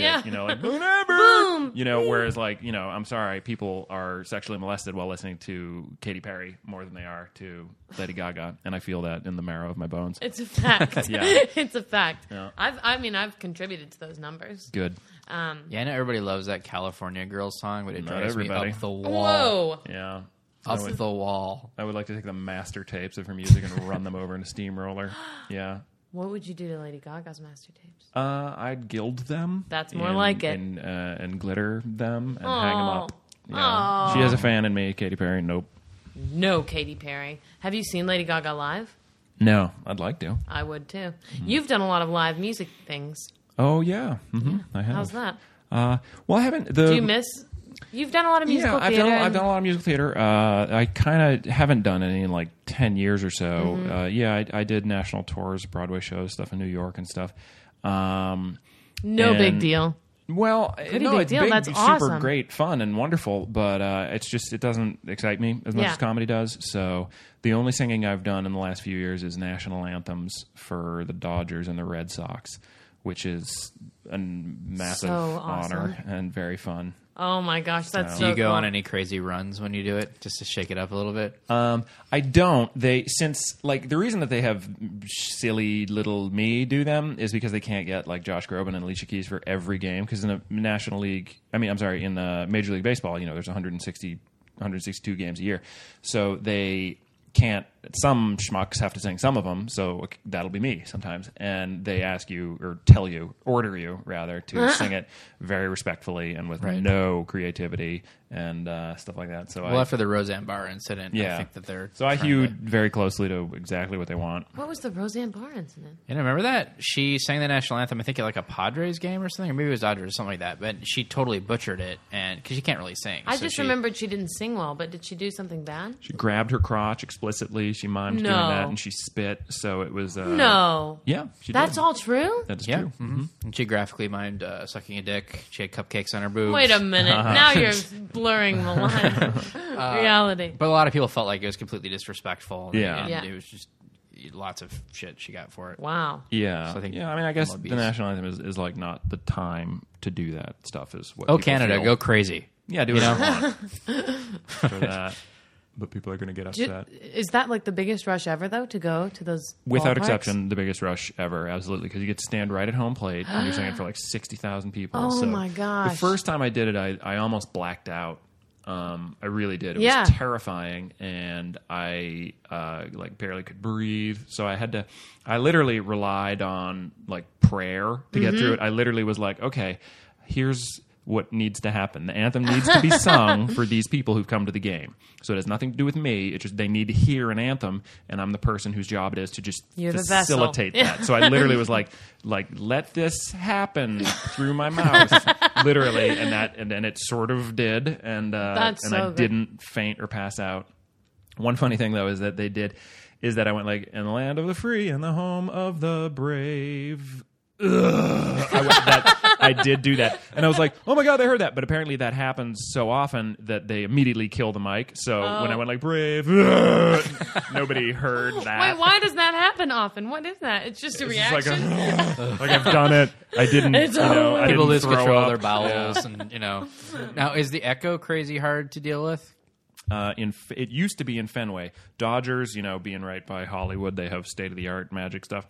Yeah. you know like whatever Boom. you know whereas like you know i'm sorry people are sexually molested while listening to katy perry more than they are to lady gaga and i feel that in the marrow of my bones It's a fact. Yeah. It's a fact. Yeah. I've, I mean, I've contributed to those numbers. good Yeah, I know everybody loves that California Girl song, but it Not drives everybody. me up the wall. Whoa. yeah Up the wall. I would like to take the master tapes of her music and run them over in a steamroller. Yeah. What would you do to Lady Gaga's master tapes? Uh, I'd gild them. That's more and- like it. And, uh, and glitter them and hang 'em hang them Aw. up. Yeah. She has a fan in me, Katy Perry. Nope. No, Katy Perry. Have you seen Lady Gaga live? No, I'd like to. I would too. Mm-hmm. You've done a lot of live music things. Oh yeah, hmm I have. How's that? Uh, well, I haven't. The, Do you miss? You've done a lot of musical yeah, I've theater. done, I've and- done a lot of musical theater. Uh, I kind of haven't done any in like 10 years or so. Mm-hmm. Uh, yeah, I, I did national tours, Broadway shows, stuff in New York and stuff. Um, no big and- deal. Well, no, big it's deal. big, That's super awesome. great, fun, and wonderful. But uh, it's just it doesn't excite me as much Yeah. as comedy does. So the only singing I've done in the last few years is national anthems for the Dodgers and the Red Sox, which is a massive So honor and very fun. Oh my gosh, that's so. Do you go cool. on any crazy runs when you do it, just to shake it up a little bit? Um, I don't. They since like the reason that they have silly little me do them is because they can't get like Josh Groban and Alicia Keys for every game because in the National League, I mean, I'm sorry, in uh, the Major League Baseball, you know, there's 160, 162 games a year, so they can't some schmucks have to sing some of them, so that'll be me sometimes. And they ask you or tell you, order you rather, to sing it very respectfully and with no creativity and uh, stuff like that. So Well, I, after the Roseanne Barr incident, yeah, I think that they're so I trying hewed to- very closely to exactly what they want. What was the Roseanne Barr incident? You know, remember that she sang the national anthem? I think at like a Padres game or something, or maybe it was Dodgers or something like that. But she totally butchered it, and because she can't really sing. I So just she- remembered she didn't sing well, but did she do something bad? She grabbed her crotch explicitly. She mimed doing No. that, and she spit. So it was uh, no. Yeah, she That's did. all true? That is Yeah, true. Mm-hmm. hmm and she graphically mimed uh, sucking a dick. She had cupcakes on her boobs. Wait a minute. Now you're blurring the line. Uh, Reality. But a lot of people felt like it was completely disrespectful. and- Yeah. and Yeah. it was just lots of shit she got for it. Wow. Yeah, So I think yeah. I mean, I guess MLBs. the national anthem is, is like not the time to do that stuff. Is what? Oh, people Canada, feel. go crazy! Yeah, do whatever you want for that. But people are going to get Ju- upset. Is that like the biggest rush ever, though, to go to those? Without ballparks? exception, the biggest rush ever, absolutely, because you get to stand right at home plate and you're singing for like sixty thousand people. Oh so my gosh. The first time I did it, I, I almost blacked out. Um, I really did. It Yeah. was terrifying, and I uh, like barely could breathe. So I had to. I literally relied on like prayer to get Mm-hmm. through it. I literally was like, okay, here's what needs to happen. The anthem needs to be sung for these people who've come to the game. So it has nothing to do with me. It's just they need to hear an anthem, and I'm the person whose job it is to just You're the vessel. facilitate that. So I literally was like, like let this happen through my mouth, literally, and that and then it sort of did, and uh, That's and so I good. didn't faint or pass out. One funny thing though is that they did is that I went like in the land of the free and the home of the brave. Ugh. I, went, that, I did do that, and I was like, "Oh my god, I heard that!" But apparently, that happens so often that they immediately kill the mic. So when I went like "brave," ugh, nobody heard that. Oh. Wait, why does that happen often? What is that? It's just a It's just reaction. Like, a, like I've done it. I didn't. It's you know, over. I People didn't lose throw control of up. their bowels, and you know. Now, is the echo crazy hard to deal with? Uh, in F- it used to be in Fenway, Dodgers. You know, being right by Hollywood, they have state of the art magic stuff.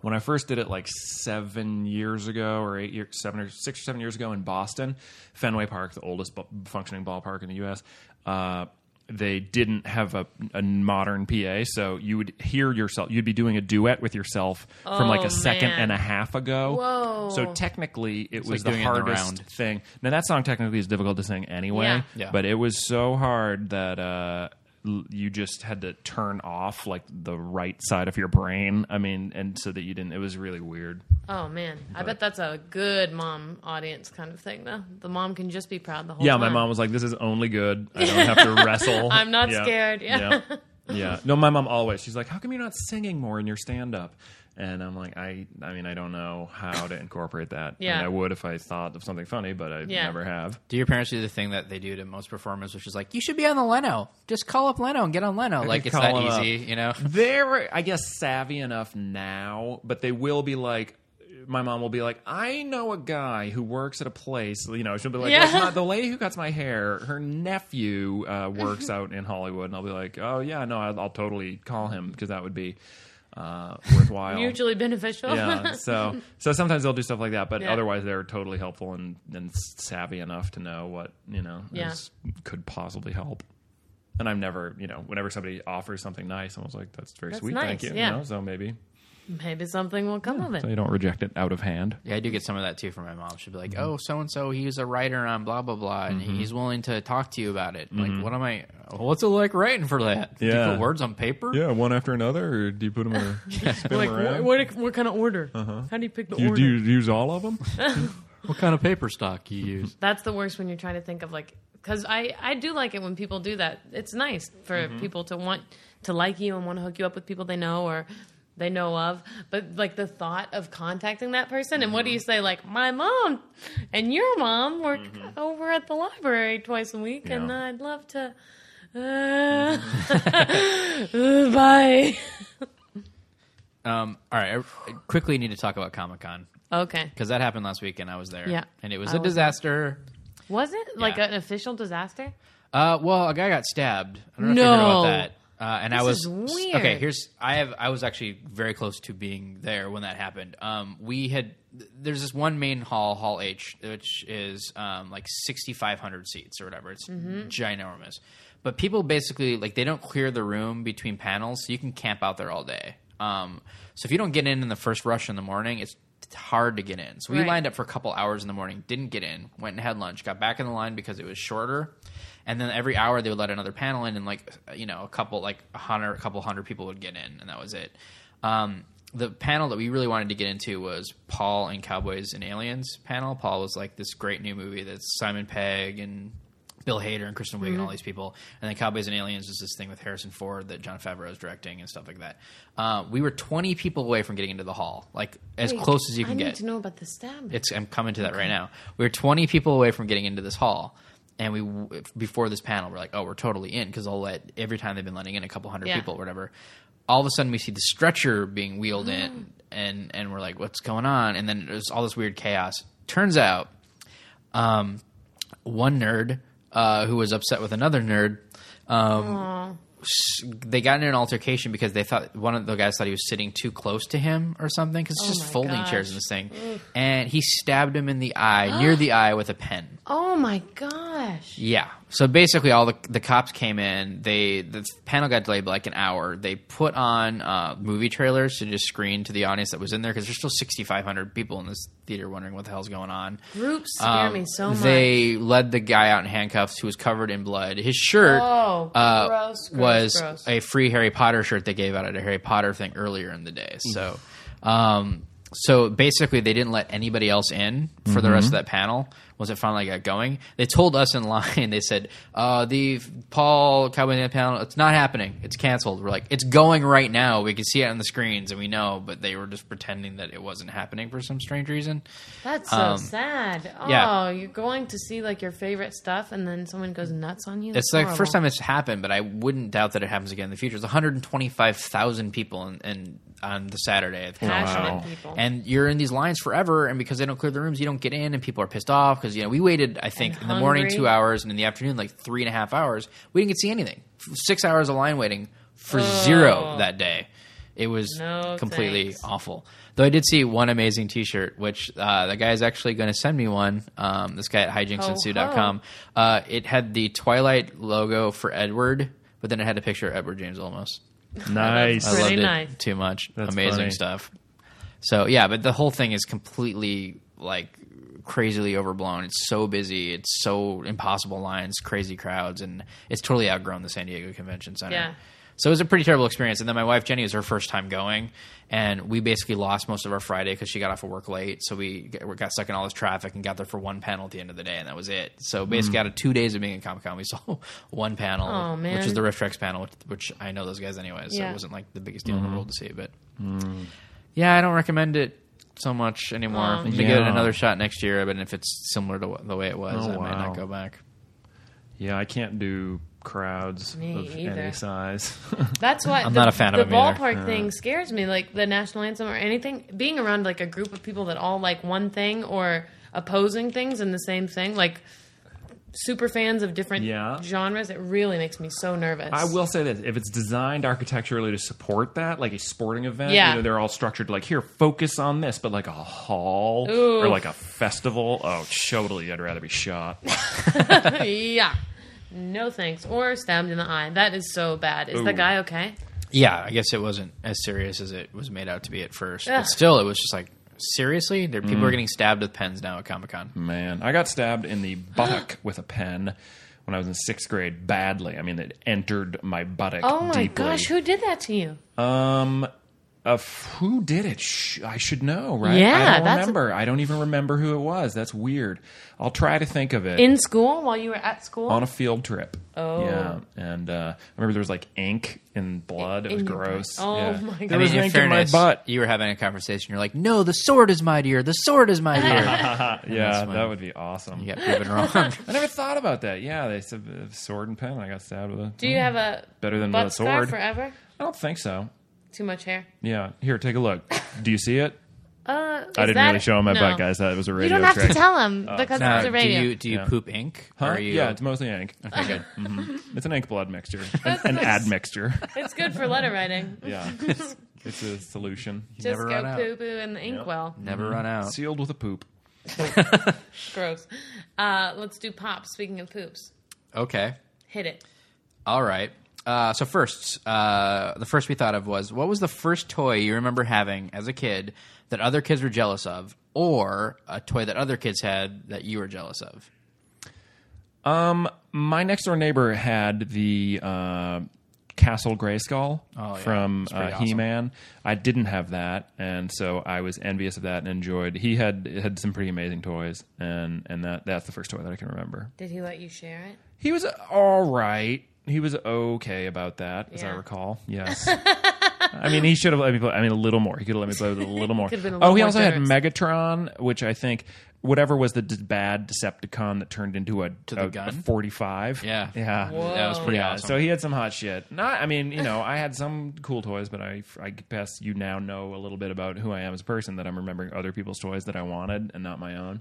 When I first did it, like seven years ago, or eight years, seven or six or seven years ago in Boston, Fenway Park, the oldest bu- functioning ballpark in the U.S. Uh, they didn't have a, a modern PA, so you would hear yourself. You'd be doing a duet with yourself from like Oh, a second man. and a half ago. Whoa. So technically, it was like doing it in the the hardest round. thing. Now that song technically is difficult to sing anyway, Yeah. Yeah. but it was so hard that uh, l- you just had to turn off like the right side of your brain. I mean, and so that you didn't. It was really weird. Oh man, I bet that's a good mom audience kind of thing, though. The mom can just be proud the whole yeah, time. my mom was like, "This is only good. I don't have to wrestle. I'm not scared. Yeah. yeah. Yeah. No, my mom always. She's like, "How come you're not singing more in your stand up?" And I'm like, "I I mean, I don't know how to incorporate that. I, Yeah. mean, I would if I thought of something funny, but I Yeah. never have." Do your parents do the thing that they do to most performers, which is like, you should be on the Leno. Just call up Leno and get on Leno. Like, it's call that him up. easy, you know? they're i guess savvy enough now but they will be like my mom will be like i know a guy who works at a place you know she'll be like Yeah. "Well, it's not- the lady who cuts my hair her nephew uh, works out in hollywood and i'll be like oh yeah no i'll, I'll totally call him because that would be uh, worthwhile Mutually beneficial. yeah so so sometimes they'll do stuff like that but Yeah. otherwise they're totally helpful and, and savvy enough to know what you know Yeah. is, could possibly help and i'm never you know whenever somebody offers something nice i'm always like that's very That's sweet nice, thank you," you yeah. know, so maybe Maybe something will come of it. so you don't reject it out of hand Yeah, I do get some of that too from my mom. She'd be like, "Oh, so and so, he's a writer on blah blah blah, and he's willing to talk to you about it." Like, what am I? What's it like writing for that? Do you Yeah. put words on paper. one after another or do you put them in a spin Like, what, what, what kind of order? Uh-huh. How do you pick the order? use all of them What kind of paper stock you use? That's the worst when you're trying to think of like, because I I do like it when people do that. It's nice for Mm-hmm. people to want to like you and want to hook you up with people they know or they know of. But like the thought of contacting that person and what do you Mm-hmm. say? Like my mom and your mom work Mm-hmm. over at the library twice a week, and Yeah. I'd love to. Uh, Mm-hmm. uh, bye. um, all right, I I quickly need to talk about Comic Con Okay. because that happened last week, and I was there. Yeah. and it was I a was disaster. Was it like Yeah. an official disaster? Uh, well, a guy got stabbed. I don't know No. if you heard about that. Uh, and I This was is weird. okay. Here's I have I was actually very close to being there when that happened. Um, we had th- there's this one main hall, Hall Mm-hmm. H, which is um, like 6,500 seats or whatever. It's ginormous, But people basically like they don't clear the room between panels, so you can camp out there all day. Um, so if you don't get in in the first rush in the morning, it's it's hard to get in. So we Right. lined up for a couple hours in the morning, didn't get in, went and had lunch, got back in the line because it was shorter. And then every hour they would let another panel in, and like you know, a couple like a hundred, a couple hundred people would get in, and that was it. Um, the panel that we really wanted to get into was Paul and Cowboys and Aliens panel. Paul was like this great new movie that's Simon Pegg and Bill Hader and Kristen Wiig and Mm-hmm. all these people, and then Cowboys and Aliens is this thing with Harrison Ford that John Favreau is directing and stuff like that. Uh, we were 20 people away from getting into the hall, like as Wait, close as you I can need get. to know about the stab. It's I'm coming to that right now. We were 20 people away from getting into this hall, and we w- before this panel, we're like, oh, we're totally in because they'll let every time they've been letting in a couple hundred Yeah. people or whatever. All of a sudden, we see the stretcher being wheeled in, and and we're like, what's going on? And then there's all this weird chaos. Turns out, um, one nerd uh, who was upset with another nerd. Um, s- they got in an altercation because they thought one of the guys thought he was sitting too close to him or something because it's Oh just my folding chairs gosh. in this thing, and he stabbed him in the eye near the eye with a pen. oh my gosh. Yeah. So basically, all the the cops came in. They the panel got delayed by like an hour. They put on uh, movie trailers to just screen to the audience that was in there because there's still 6,500 people in this theater wondering what the hell's going on. Groups scare Um, me so much. They led the guy out in handcuffs who was covered in blood. His shirt Oh, uh, gross, gross, was gross. a free Harry Potter shirt they gave out at a Harry Potter thing earlier in the day. So, um, so basically, they didn't let anybody else in for the rest of that panel. Once it finally got going, they told us in line. They said, uh, "The Paul Cowboy panel, it's not happening. It's canceled." We're like, "It's going right now. We can see it on the screens, and we know." But they were just pretending that it wasn't happening for some strange reason. That's so um, sad. Oh, yeah. you're going to see like your favorite stuff, and then someone goes nuts on you. It's That's the first horrible. time it's happened, but I wouldn't doubt that it happens again in the future. It's 125,000 people in, in, on the Saturday at the Passionate Wow. people. and you're in these lines forever. And because they don't clear the rooms, you don't get in, and people are pissed off because you know we waited. I think And in the morning hungry. two hours, and in the afternoon like three and a half hours. We didn't get to see anything. F- Six hours of line waiting for zero that day. It was No completely thanks. awful. Though I did see one amazing T-shirt, which uh, the guy is actually going to send me one. Um, this guy at hijinksandsu.com. Oh, Uh, it had the Twilight logo for Edward, but then it had a picture of Edward James Olmos. Nice. I Pretty loved nice. it too much. That's Amazing funny. stuff. So yeah, but the whole thing is completely like crazily overblown. It's so busy. It's so impossible lines, crazy crowds, and it's totally outgrown the San Diego Convention Center. Yeah. So it was a pretty terrible experience. And then my wife Jenny it was her first time going, and we basically lost most of our Friday because she got off of work late. So we g- we got stuck in all this traffic and got there for one panel at the end of the day, and that was it. So basically, Hmm. out of two days of being at Comic Con, we saw one panel, Aw, which is man. the Rift Rex panel, which, which I know those guys anyways. So it Yeah. wasn't like the biggest deal Mm-hmm. in the world to see, but Mm. yeah, I don't recommend it so much anymore. Aw. I'm gonna give it Yeah. another shot next year, but if it's similar to wh- the way it was, Oh, I might wow. not go back. Yeah, I can't do crowds Me of any either. size. That's why I'm not a fan of the them either. Hmm. ballpark thing scares me. Like the national anthem or anything, being around like a group of people that all like one thing or opposing things in the same thing, like super fans of different Yeah. genres, it really makes me so nervous. I will say this: if it's designed architecturally to support that, like a sporting event, Yeah. you know, they're all structured like here, focus on this, but like a hall or Oof. like a festival, oh, totally, I'd rather be shot. yeah. No thanks. Or stabbed in the eye. That is so bad. Is Ooh. the guy okay? Yeah, I guess it wasn't as serious as it was made out to be at first, Ugh. but still, it was just like seriously, there Mm. people are getting stabbed with pens now at Comic Con. Man, I got stabbed in the buttock with a pen when I was in sixth grade. Badly, I mean, it entered my buttock. Oh my deeply. gosh, who did that to you? Um, uh, f- who did it? Sh- I should know, right? Yeah, I don't that's- remember. I don't even remember who it was. That's weird. I'll try to think of it. In school? While you were at school? on a field trip. Oh. yeah, and uh, I remember there was like ink and blood. It was In your gross. butt. Oh Yeah. my There god. was I mean, in ink in my fairness, butt. you were having a conversation. You're like, "No, the sword is mightier. The sword is mightier." Yeah, fine. that would be awesome. you got proven wrong. I never thought about that. Yeah, they said uh, sword and pen. and I got stabbed with a. Do you have a Better than butt the scar sword. forever? I don't think so. Too much hair. Yeah, here, take a look. Do you see it? Uh, is I didn't that- really show him my no. butt, guys. That was a You radio Oh. don't have trick. to tell him because Now, it's a do radio. you do you Yeah. poop ink? Huh? Are you, Yeah, it's mostly ink. Mm-hmm. okay. It's an ink blood mixture, an, an nice. admixture. It's good for letter writing. Yeah, it's, it's a solution. Just never run go out. poo poo in the inkwell. never run out. Sealed with a poop. Gross. Uh, let's do pop. Speaking of poops, Okay. hit it. All right. Uh, so first, uh, the first we thought of was what was the first toy you remember having as a kid that other kids were jealous of, or a toy that other kids had that you were jealous of? my next door neighbor had the uh, Castle Grayskull Oh, yeah. from It's uh, pretty awesome. He-Man. I didn't have that, and so I was envious of that and enjoyed. He had had some pretty amazing toys, and and that that's the first toy that I can remember. Did he let you share it? He was all right. He was okay about that, as I Yeah. recall. Yes. I mean, he should have let me play. I mean, a little more. He could have let me play with it a little more. Could've been a oh, little he more also generous. had Megatron, which I think whatever was the d- bad Decepticon that turned into a, the a- a gun? forty-five. Yeah. yeah, That was pretty yeah. awesome. So he had some hot shit. Not, I mean, you know, I had some cool toys, but I, I guess you now know a little bit about who I am as a person that I'm remembering other people's toys that I wanted and not my own.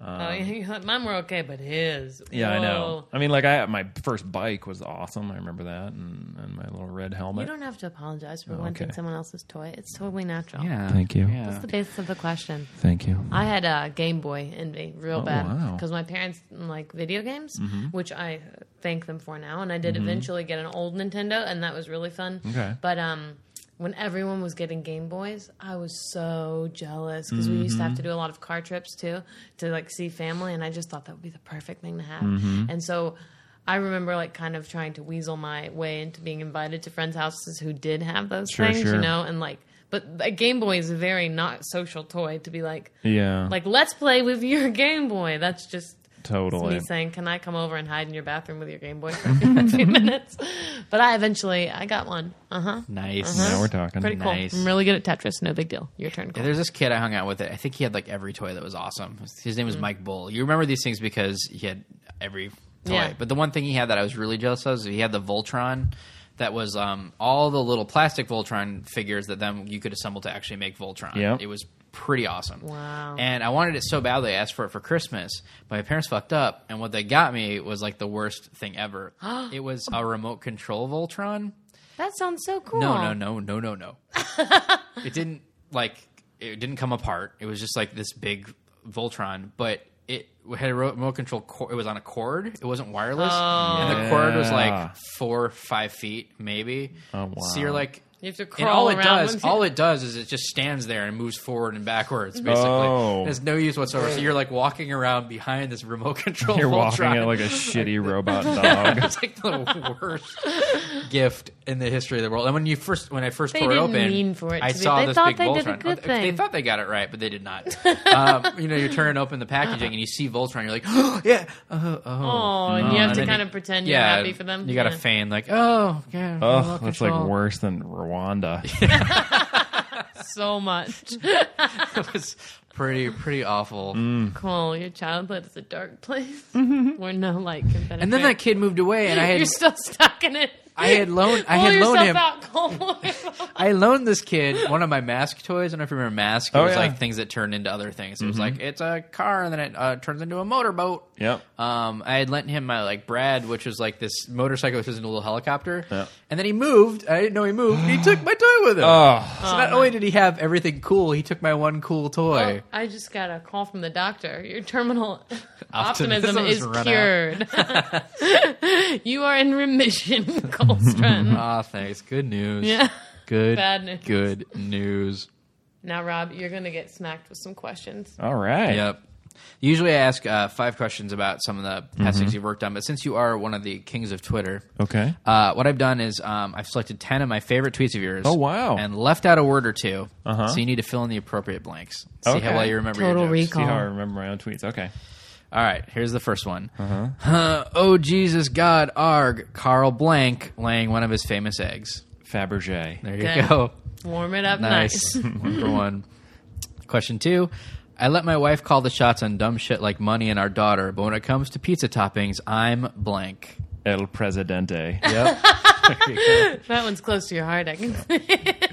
oh, yeah, mine were okay, but his. Um, Yeah, I know. whoa. I mean, like I my first bike was awesome. I remember that, and, and my little red You helmet. don't have to apologize for wanting okay. someone else's toy. It's totally natural. Yeah. Thank you. That's the basis of the question. Thank you. I had uh, Game Boy envy real Oh, bad wow. Mm-hmm. because my parents didn't like video games, which I thank them for now. And I did eventually get an old Nintendo, and that was really fun. Okay. But um, when everyone was getting Game Boys, I was so jealous because we used to have Mm-hmm. to do a lot of car trips too to like see family, and I just thought that would be the perfect thing to have. Mm-hmm. And so. I remember like kind of trying to weasel my way into being invited to friends' houses who did have those Sure, things, sure. you know, and like but a Game Boy is a very not social toy to be like, Yeah, like, let's play with your Game Boy. That's just totally. me saying, can I come over and hide in your bathroom with your Game Boy for a few minutes? But I eventually, I got one. Uh huh. Nice. Now we're talking. Pretty cool. Nice. I'm really good at Tetris. No big deal. Your turn. Yeah, Cole. there's this kid I hung out with. I think he had like every toy that was awesome. His name was Mm. Mike Bull. You remember these things because he had every toy. Yeah. But the one thing he had that I was really jealous of is he had the Voltron that was um, all the little plastic Voltron figures that then you could assemble to actually make Voltron. Yep. It was pretty awesome. Wow. And I wanted it so badly. I asked for it for Christmas, but my parents fucked up. And what they got me was like the worst thing ever. it was a remote control Voltron. that sounds so cool. No, no, no, no, no, no. it didn't like it didn't come apart. It was just like this big Voltron, but it had a remote control. Cor- it was on a cord. It wasn't wireless, and Oh. the cord was Yeah. like four, five feet, maybe. Oh, wow. So you're like. You have to and crawl all it around does, with all it. it does, is it just stands there and moves forward and backwards. Basically, Oh. there's no use whatsoever. So you're like walking around behind this remote control. You're walking Voltron. it like a shitty robot dog. It's like the worst gift in the history of the world. And when you first, when I first They tore it didn't open, mean for it I to be- saw they this thought big they did a Voltron. good Oh, They thing. thought they got it right, but they did not. um, you know, you're turning open the packaging and you see Voltron. You're like, oh, yeah, oh, oh. Oh, and you And have to then kind you- of pretend yeah, you're happy for them. You got to Yeah. feign like, oh, yeah. Oh, remote that's like control. worse than Rwanda. so much. it was pretty, pretty awful. Mm. Cole, your childhood is a dark place where no light can benefit. And then that kid moved away, and I you're had, still stuck in it. I had loaned, I Pull had yourself loaned him. out, Cole. Pull yourself I loaned this kid one of my mask toys. I don't know if you remember mask. It Oh, was yeah. Mm-hmm. like things that turned into other things. It was like it's a car and then it uh, turns into a motorboat. Yep. Um, I had lent him my like Brad, which was like this motorcycle that was in a little helicopter. Yeah. And then he moved. I didn't know he moved. and he took my toy with him. Oh, So not only did he have everything cool, he took my one cool toy. Oh, I just got a call from the doctor. Your terminal Optimism optimism, has is run cured. you are in remission, Colstron. Ah, thanks. Good news. yeah. Good. Bad news. Good news. Now, Rob, you're going to get smacked with some questions. all right. Yep. Usually I ask uh, five questions about some of the past Mm-hmm. things you've worked on, but since you are one of the kings of Twitter, Okay. Uh, what I've done is um, I've selected 10 of my favorite tweets of yours. Oh, wow. Uh-huh. And left out a word or 2 So you need to fill in the appropriate blanks. See Okay. how well you remember Total your jokes. recall. See how I remember my own tweets. Okay. All right, here's the first one. Uh-huh. oh, Jesus, God, arg, Carl Blank laying one of his famous eggs. Fabergé. There you Good. go. Warm it up nice. Nice. one for one. Question two. I let my wife call the shots on dumb shit like money and our daughter, but when it comes to pizza toppings, I'm blank. El Presidente. Yep. That one's close to your heart, I can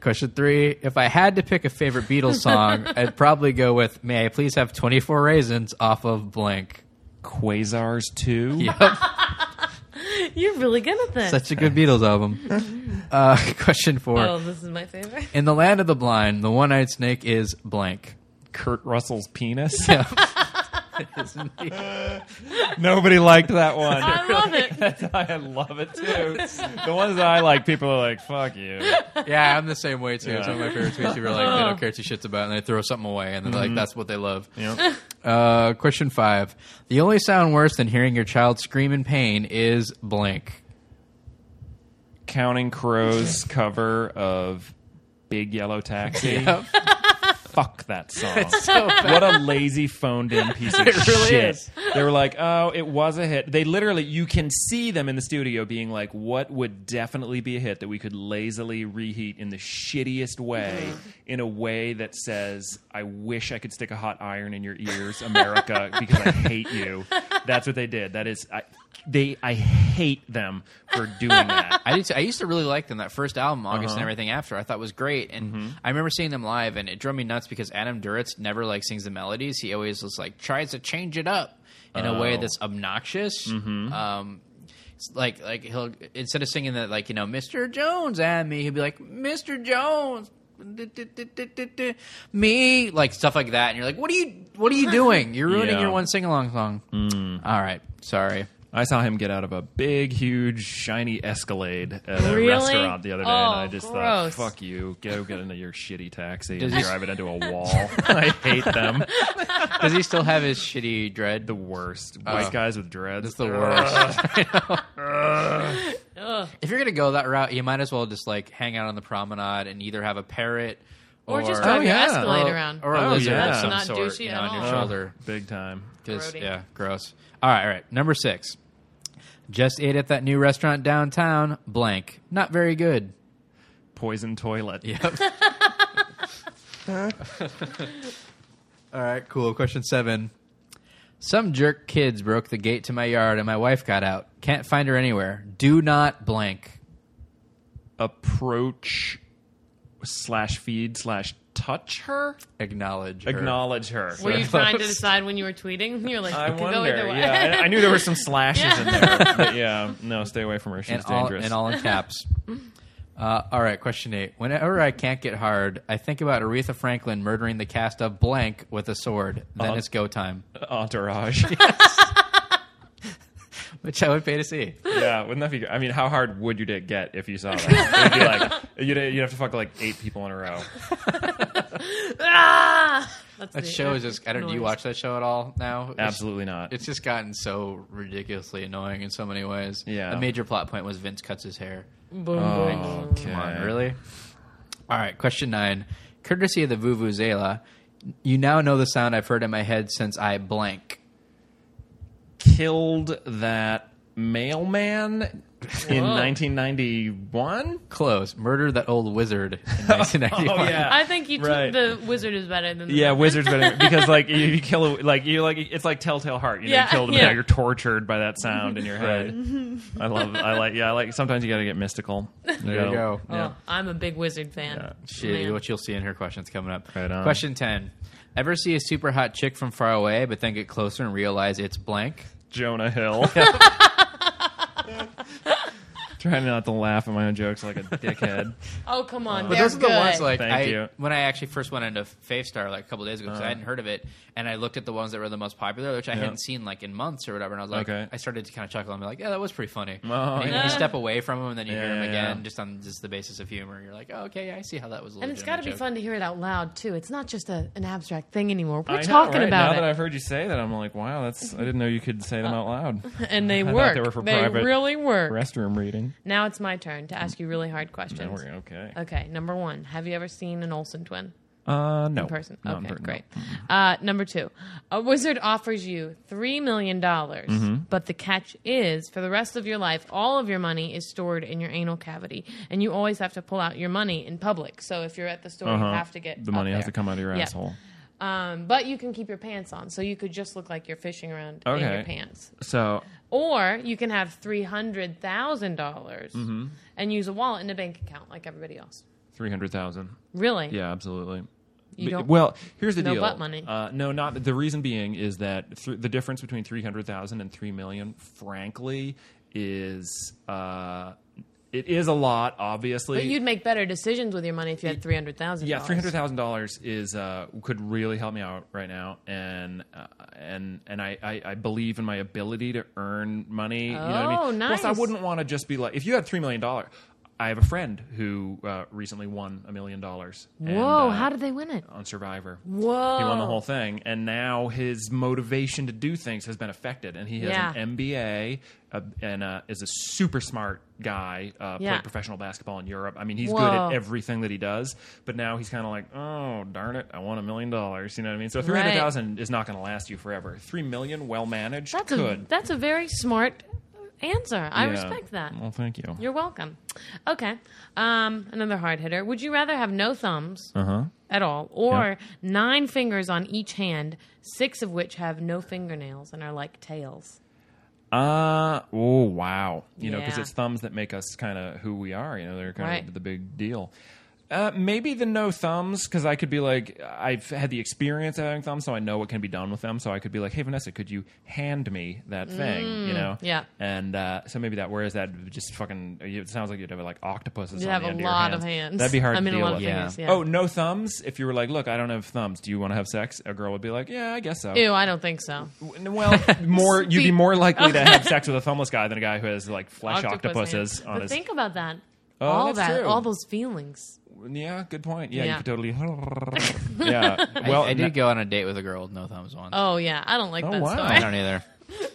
Question three: If I had to pick a favorite Beatles song, I'd probably go with "May I Please Have Twenty Four Raisins" off of blank. Quasars 2. Yep, You're really good at this. such a good Beatles album. Uh, question four: oh, this is my favorite. In the land of the blind, the one-eyed snake is blank. Kurt Russell's penis. Yeah. isn't he? Nobody liked that one. I love it. I love it too. The ones that I like, people are like, "Fuck you." Yeah, I'm the same way too. It's one of my favorite tweets. People are like, they Oh. don't care two shits about, it, and they throw something away, and they're like, that's what they love. Uh, question five: The only sound worse than hearing your child scream in pain is blank. Counting Crows cover of Big Yellow Taxi. Yep. Fuck that song. what a lazy phoned in piece of It really shit. is. They were like, "Oh, it was a hit." They literally you can see them in the studio being like, "What would definitely be a hit that we could lazily reheat in the shittiest way Mm-hmm. in a way that says, I wish I could stick a hot iron in your ears, America, because I hate you." That's what they did. That is I they I hate them for doing that. I, did I used to really like them. That first album, August Uh-huh. and everything after, I thought was great. And Mm-hmm. I remember seeing them live, and it drove me nuts because Adam Duritz never like sings the melodies. He always was like tries to change it up in a way Oh. Mm-hmm. that's obnoxious. Um, it's like like he'll instead of singing that like you know Mr. Jones and me, he'll be like Mr. Jones. duh, duh, duh, duh, duh, duh, Me like stuff like that, and you're like, "What are you? What are you doing? You're ruining Yeah. Mm. your one sing along song." All right, sorry. I saw him get out of a big, huge, shiny Escalade at a Really? restaurant the other day, and I Oh, just gross. thought, "Fuck you, go get into your shitty taxi and Does he- drive it into a wall." I hate them. Does he still have his shitty dread? The worst white Oh. guys with dreads. It's the worst. if you're gonna go that route, you might as well just like hang out on the promenade and either have a parrot or, Or just Oh, drive your yeah. Escalade or- around. or a Oh, lizard yeah. of some That's not sort douchey you at know, on your all. Oh. Ugh, shoulder. big time. Just, Grody. yeah, gross. All right, all right. Number six. Just ate at that new restaurant downtown. Blank. Not very good. Poison toilet. Yep. All right, cool. Question seven. Some jerk kids broke the gate to my yard and my wife got out. Can't find her anywhere. Do not blank. Approach slash feed slash touch her. Acknowledge. her. Acknowledge her. Were you Gross. trying to decide when you were tweeting? You're like, I it could go either wonder. way. Yeah, I, I knew there were some slashes in there. But yeah, no, stay away from her. She's and all, dangerous. and all in caps. Uh, all right, question eight. Whenever I can't get hard, I think about Aretha Franklin murdering the cast of blank with a sword. Then Uh-huh. it's go time, Entourage. which I would pay to see. Yeah, wouldn't that be? I mean, how hard would your dick get if you saw that? It'd be like you'd, you'd have to fuck like eight people in a row. Ah! That's That the- show is just. I don't. Do you noise. watch that show at all now? It's- Absolutely not. It's just gotten so ridiculously annoying in so many ways. Yeah. A major plot point was Vince cuts his hair. Boom, boom, Oh, boom. Oh, Okay. Come on, really? All right, question nine. Courtesy of the Vuvuzela, you now know the sound I've heard in my head since I blank. Killed that mailman in 1991. Close. Murder that old wizard in Oh, 1991. I think you took Right. the wizard is better than the Yeah, wizards better because like you, you kill a, like you like it's like Telltale Heart. You know, Yeah, you killed a yeah. bear, You're tortured by that sound in your head. I love. I like. Yeah, I like. Sometimes you got to get mystical. There you go. Oh, I'm a big wizard fan. She, Man. What you'll see in her questions coming up. Right on. Question 10. Ever see a super hot chick from far away, but then get closer and realize it's blank? Jonah Hill. Trying not to laugh at my own jokes like a dickhead. Oh come Uh, on, But they're those are the good. ones like Thank I, you. Uh-huh. when I actually first went into FaveStar like a couple days ago because I hadn't heard of it, and I looked at the ones that were the most popular, which I hadn't seen like in months or whatever, and I was like, Okay. I started to kind of chuckle and be like, yeah, that was pretty funny. Oh, and you, yeah. you step away from them and then you hear Yeah, them yeah, again, yeah. just on just the basis of humor. You're like, oh, okay, yeah, I see how that was. A and it's got to be fun to hear it out loud too. It's not just a, an abstract thing anymore. We're I know, talking right? now about that it, I've heard you say that, I'm like, wow, that's I didn't know you could say them out loud. and they thought work. they were for They, private really work. Restroom reading. Now it's my turn to ask you really hard Now questions. we're okay. Okay, number one, have you ever seen an Olsen twin Uh, no. in person? No, okay, per- no. great. Mm-hmm. Uh, number two, a wizard offers you three million dollars, Mm-hmm. but the catch is, for the rest of your life, all of your money is stored in your anal cavity, and you always have to pull out your money in public. So if you're at the store, Uh-huh. you have to get the money up has there. to come out of your Yeah. asshole. Um, but you can keep your pants on, so you could just look like you're fishing around in Okay. your pants. So Or you can have three hundred thousand dollars Mm-hmm. and use a wallet and a bank account like everybody else. three hundred thousand. Really? Yeah, absolutely. You Be- don't- well, here's the no deal. butt money. Uh, no, not the reason being is that th- the difference between three hundred thousand and three million, frankly, is uh, it is a lot, obviously. But you'd make better decisions with your money if you had three hundred thousand. yeah, three hundred thousand dollars is uh, could really help me out right now, and uh, and and I, I, I believe in my ability to earn money. you know what I Oh, mean? Plus, nice. I wouldn't want to just be like if you had three million dollars. I have a friend who uh, recently won a million dollars. and, Whoa! uh, how did they win it? on Survivor. Whoa. He won the whole thing, and now his motivation to do things has been affected. And he has Yeah. an MBA uh, and uh, is a super smart guy. Uh, Yeah. Played professional basketball in Europe. I mean, he's good Whoa. at everything that he does. But now he's kind of like, oh darn it, I want a million dollars. You know what I mean? So three hundred thousand is not going to last you forever. Three million, well managed, That's a could. that's a very smart answer. I Yeah. respect that. Well, thank you. You're welcome. Okay, um, another hard hitter. Would you rather have no thumbs Uh-huh. at all, or nine fingers on each hand, six of which have no fingernails and are like tails? Uh oh wow. You know, 'cause know, because Yeah. it's thumbs that make us kind of who we are. You know, they're kind of Right. the big deal. Uh, maybe the no thumbs because I could be like I've had the experience of having thumbs, so I know what can be done with them. So I could be like, "Hey Vanessa, could you hand me that thing?" you Mm, know, yeah. And uh, so maybe that. Whereas that would just fucking it sounds like you'd have like octopuses. You on have the a end your lot of hands. hands. That'd be hard I to mean, a deal lot of with. fingers. Yeah. Oh, no thumbs. If you were like, "Look, I don't have thumbs. Do you want to have sex?" A girl would be like, "Yeah, I guess so." Ew, I don't think so. N- Well, more you'd be Speak- more likely to have sex with a thumbless guy than a guy who has like flesh Octopus octopuses hands. on but his. think about that. Oh, all that's that, true. all those feelings. yeah, good point. Yeah, Yeah. you could totally. yeah. Well, I, I no- did go on a date with a girl with no thumbs once. Oh yeah, I don't like Oh, that wow. I story. don't either.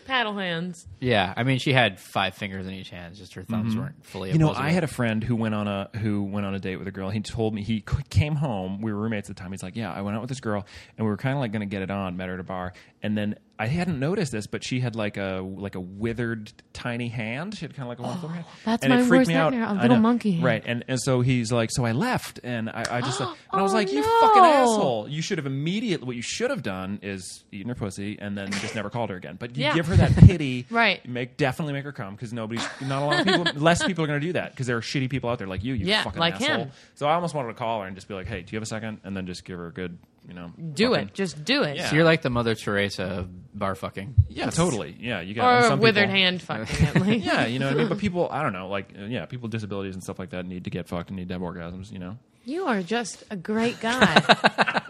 Paddle hands. Yeah, I mean, she had five fingers in each hand; just her thumbs weren't fully. Mm-hmm. You know, I had a friend who went on a who went on a date with a girl. He told me he c- came home. We were roommates at the time. He's like, "Yeah, I went out with this girl, and we were kind of like going to get it on. Met her at a bar, and then I hadn't noticed this, but she had like a like a withered tiny hand. She had kind of like a one hand. Oh, that's and it my freaked worst me out. nightmare, a I little know. monkey hand. Right, and and so he's like, so I left, and I, I just like, and I was Oh, like, you no. fucking asshole! You should have immediately. What you should have done is eaten her pussy, and then just never called her again. But you Yeah. give her that pity, Right. Make definitely make her come because nobody's not a lot of people, less people are going to do that because there are shitty people out there like you, you Yeah, fucking like asshole. him. So I almost wanted to call her and just be like, hey, do you have a second? And then just give her a good, you know, Do fucking- it. Just do it. Yeah. So you're like the Mother Teresa of bar fucking. Yeah, totally. Yeah, you got and Or a some withered people- hand fucking. At least. Yeah, you know what I mean. But people, I don't know, like uh, yeah, people with disabilities and stuff like that need to get fucked and need to have orgasms. You know. You are just a great guy.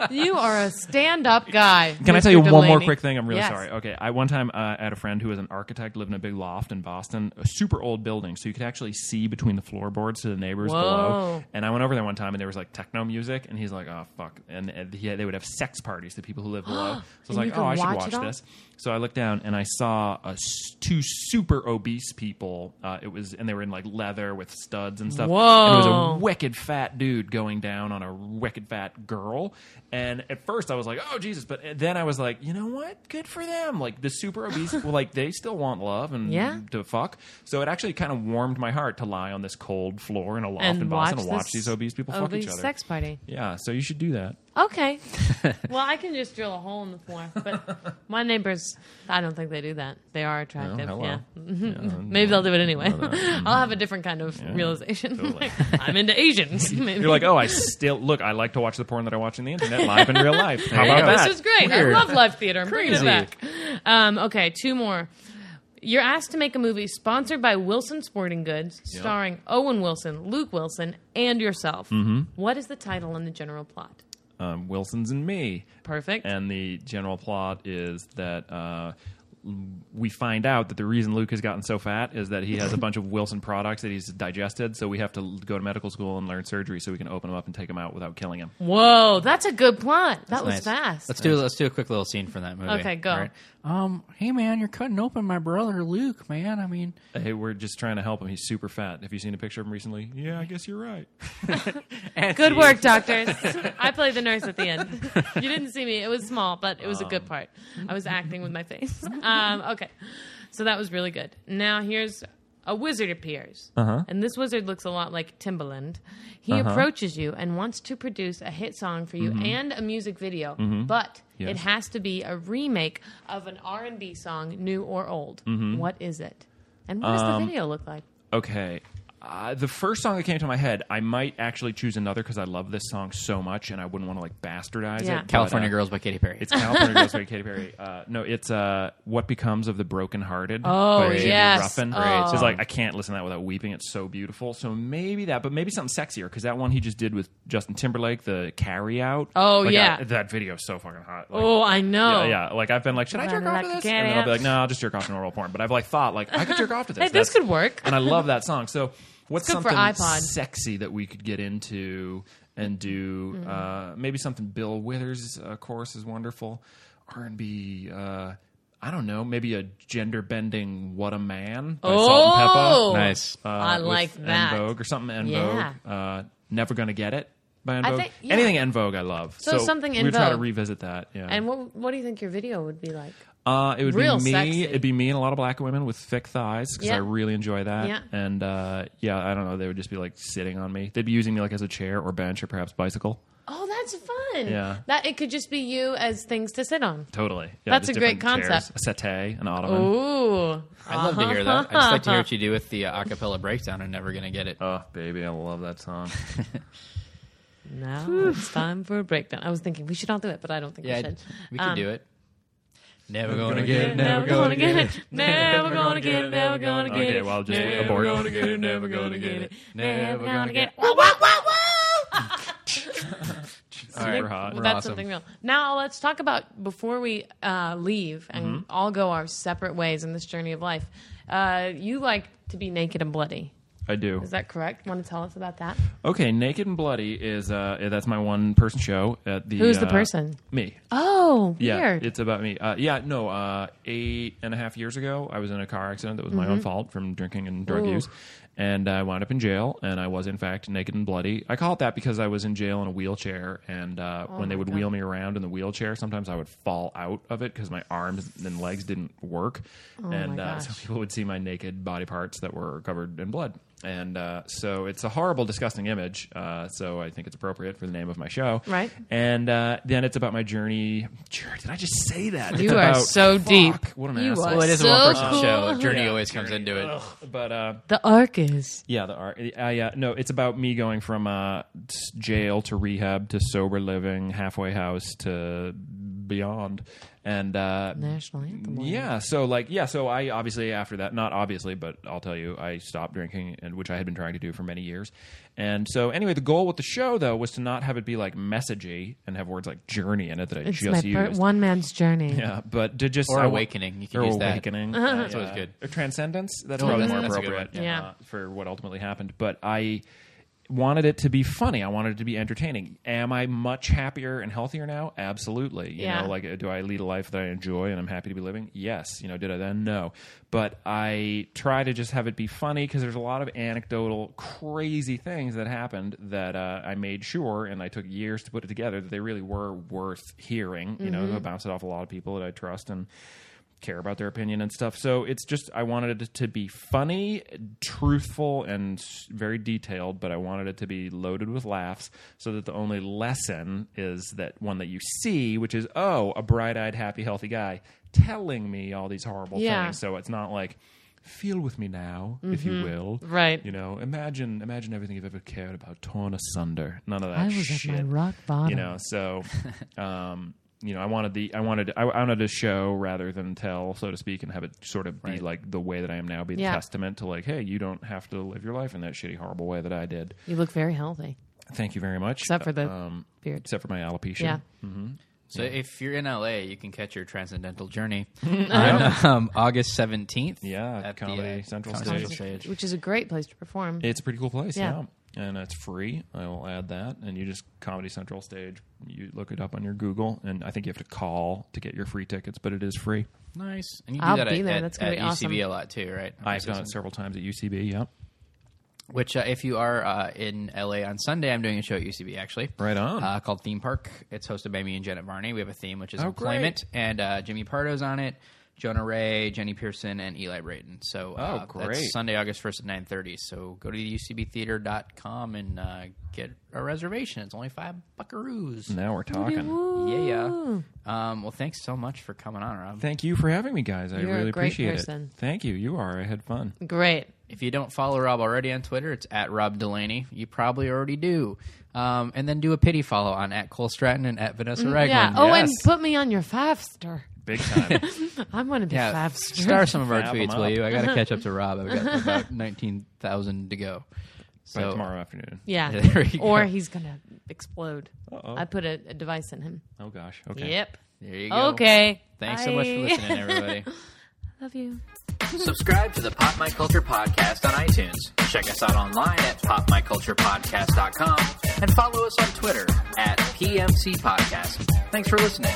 you are a stand-up guy. Can I Mr. tell you one more Delaney. quick thing? I'm really Yes. sorry. Okay, I one time uh, had a friend who was an architect, lived in a big loft in Boston, a super old building, so you could actually see between the floorboards to the neighbors Whoa. below. And I went over there one time, and there was like techno music, and he's like, "Oh fuck!" And, and he, they would have sex parties to people who live below. So I was And you like, could "Oh, I should watch it watch all? this." So I looked down, and I saw a s- two super obese people. Uh, it was, and they were in like leather with studs and stuff. And it was a Whoa. wicked fat dude going down on a wicked fat girl. And at first I was like, oh, Jesus. But then I was like, you know what? Good for them. Like the super obese, well, like they still want love and Yeah. to fuck. So it actually kind of warmed my heart to lie on this cold floor in a loft And in Boston watch and watch this these obese people fuck obese each other. sex party. yeah, so you should do that. Okay. well, I can just drill a hole in the floor, but my neighbors, I don't think they do that. They are Oh, attractive. hello. yeah. Yeah, Maybe they'll do it anyway. Well, that- I'll have a different kind of realization. totally. Like, I'm into Asians. Maybe. You're like, oh, I still look. I like to watch the porn that I watch on the internet live in real life. How you about go. Oh, that? This is great. Weird. I love live theater. I'm bringing Crazy. it back. Um, okay, two more. You're asked to make a movie sponsored by Wilson Sporting Goods, starring Owen Wilson, Luke Wilson, and yourself. What is the title and the general plot? um, Wilson's and me. Perfect. And the general plot is that uh, we find out that the reason Luke has gotten so fat is that he has a bunch of Wilson products that he's digested. So we have to l- go to medical school and learn surgery so we can open them up and take them out without killing him. Whoa, that's a good plot. That was Nice. fast. Let's do let's do a quick little scene from that movie. Okay, go. All right. Um, hey man, you're cutting open my brother Luke, man. I mean, Hey, we're just trying to help him. He's super fat. Have you seen a picture of him recently? Yeah, I guess you're right. Good work, doctors. I played the nurse at the end. You didn't see me. It was small, but it was a good part. I was acting with my face. Um, okay. So that was really good. Now here's a wizard appears. And this wizard looks a lot like Timbaland. He approaches you and wants to produce a hit song for you and a music video, but Yes. it has to be a remake of an Mm-hmm. Um, R&B song, new or old. What is it? And what does the video look like? Okay. Uh, the first song that came to my head, I might actually choose another because I love this song so much, and I wouldn't want to like bastardize Yeah. it. but, California uh, Girls by Katy Perry. It's California Girls by Katy Perry. Uh, no, it's uh, What Becomes of the Broken Hearted. Oh, by Jimmy yes. Ruffin. Oh. It's like I can't listen to that without weeping. It's so beautiful. So maybe that, but maybe something sexier because that one he just did with Justin Timberlake, the Carry Out. Oh, Like, yeah. I- that video is so fucking hot. Like, Oh, I know. yeah, yeah, like I've been like, should I jerk Run like off to a this? carry And then I'll be out. like, no, I'll just jerk off to normal porn. But I've like thought like I could jerk off to this. Hey, this That's- could work. and I love that song. So what's It's good for something iPod. sexy that we could get into and do? Mm-hmm. Uh, maybe something Bill Withers' uh, chorus is wonderful. R and B. Uh, I don't know. Maybe a gender bending "What a Man" by Salt and Oh! Peppa. Nice. Uh, I with like En that. Vogue or something. En Yeah. Vogue. Uh, Never gonna get it by En I Vogue. think- yeah. Anything En Vogue, I love. So something En We're trying to Vogue. revisit that. Yeah. And what what do you think your video would be like? Uh, it would Real be me. sexy. It'd be me and a lot of black women with thick thighs because Yeah. I really enjoy that. Yeah. And uh, yeah, I don't know. They would just be like sitting on me. They'd be using me like as a chair or bench or perhaps bicycle. Oh, that's fun. Yeah. That it could just be you as things to sit on. Totally. Yeah, That's just a great different concept. A settee, an ottoman. Ooh. I'd love to hear that. I'd just like to hear what you do with the uh, acapella breakdown. I'm never gonna get it. Oh, baby, I love that song. Now it's time for a breakdown. I was thinking we should all do it, but I don't think yeah, we should. we can Um, do it. Never gonna, get it. Never gonna get it. Never gonna get it. Never gonna get it. okay, well, just Never abort. gonna get it. Never gonna get it. Never gonna get it. Whoa, whoa, whoa, whoa! All right, we're hot. Well, that's awesome. something real. Now let's talk about before we uh, leave and Mm-hmm. all go our separate ways in this journey of life. Uh, you like to be naked and bloody. I do. Is that correct? Want to tell us about that? Okay, Naked and Bloody is uh, that's my one person show at the. Who's the uh, person? Me. Oh, Yeah, weird. it's about me. Uh, yeah, no, uh, eight and a half years ago, I was in a car accident that was my own fault from drinking and drug Mm-hmm. Ooh. use. And I wound up in jail, and I was in fact naked and bloody. I call it that because I was in jail in a wheelchair, and uh, Oh when they would wheel me around in the wheelchair, sometimes I would fall out of it because my arms and legs didn't work, and Oh my uh, gosh. so people would see my naked body parts that were covered in blood. And uh, so it's a horrible, disgusting image. Uh, so I think it's appropriate for the name of my show. Right. And uh, then it's about my journey. Sure, did I just say that? you It's are about- so Fuck, deep. What an you asshole. are Well, it is so a one-person cool. show. Journey Yeah, always comes into it. Ugh, But uh, The arc is. yeah, the art. I, uh, no, it's about me going from uh, s- jail to rehab to sober living, halfway house to beyond, and uh, National anthem. yeah, so like yeah, so I obviously after that, not obviously, but I'll tell you, I stopped drinking and which I had been trying to do for many years. And so anyway, the goal with the show though was to not have it be like messagey and have words like journey in it that I It's just my per- used. one man's journey. yeah, but to just Or I wa- awakening. You can or use that. awakening. Uh-huh. That's always yeah. good. Or transcendence. That's Oh, probably that's- more that's a good appropriate one. Yeah. uh, for what ultimately happened. But I wanted it to be funny. I wanted it to be entertaining. Am I much happier and healthier now? Absolutely. You Yeah. know, like uh, do I lead a life that I enjoy and I'm happy to be living? Yes. You know, did I then? No. But I try to just have it be funny because there's a lot of anecdotal crazy things that happened that uh, I made sure and I took years to put it together that they really were worth hearing. You know, I bounced it off a lot of people that I trust and care about their opinion and stuff. So it's just I wanted it to be funny, truthful, and s- very detailed, but I wanted it to be loaded with laughs so that the only lesson is that one that you see, which is oh, a bright-eyed, happy, healthy guy telling me all these horrible Yeah. Mm-hmm. things. So it's not like feel with me now, if you will. Right. You know, imagine imagine everything you've ever cared about torn asunder. None of that I was shit at my rock bottom. you know so um you know i wanted the i wanted i wanted to show rather than tell so to speak and have it sort of be like the way that i am now be the Yeah. testament to like hey you don't have to live your life in that shitty horrible way that i did You look very healthy, thank you very much Uh, except for the um, beard. except for my alopecia yeah. So if you're in LA, you can catch your transcendental journey on um, August 17th. Yeah, at Comedy the, uh, Central Comedy Stage. Which is a great place to perform. it's a pretty cool place yeah. Yeah. and it's free i will add that and you just comedy central stage you look it up on your google and i think you have to call to get your free tickets but it is free Nice. And you I'll do that be at, there. at- That's gonna at be awesome. UCB a lot too, right? i've done it several times at ucb yep Which, uh, if you are uh, in LA on Sunday, I'm doing a show at UCB actually. Right on. Uh, called Theme Park. It's hosted by me and Janet Varney. We have a theme which is Oh, great. employment, and uh, Jimmy Pardo's on it. Jonah Ray, Jenny Pearson, and Eli Braden. So uh, Oh, great. that's Sunday, August 1st at 9.30. So go to ucbtheater.com and uh, get a reservation. It's only five buckaroos. now we're talking Mm. Yeah, yeah. Um, well, thanks so much for coming on, Rob. Thank you for having me, guys. I You're a really great appreciate person. it. Thank you. You are. I had fun. Great. If you don't follow Rob already on Twitter, it's at Rob Delaney. You probably already do. Um, and then do a pity follow on at Cole Stratton and at Vanessa Ragland. yeah. Oh, and yes. put me on your five star. Big time. I want to be Yeah, five star star. some of our Fab 'em tweets, will up. you? I got to catch up to Rob. I've got about nineteen thousand to go. By So tomorrow afternoon. Yeah. There you go. or he's gonna explode. Uh-oh. I put a, a device in him. Oh gosh. Okay. Yep. there you go. Okay. Thanks so much for Bye. listening, everybody. Love you. Subscribe to the Pop My Culture Podcast on iTunes. Check us out online at popmyculturepodcast.com and follow us on Twitter at PMC Podcast. Thanks for listening.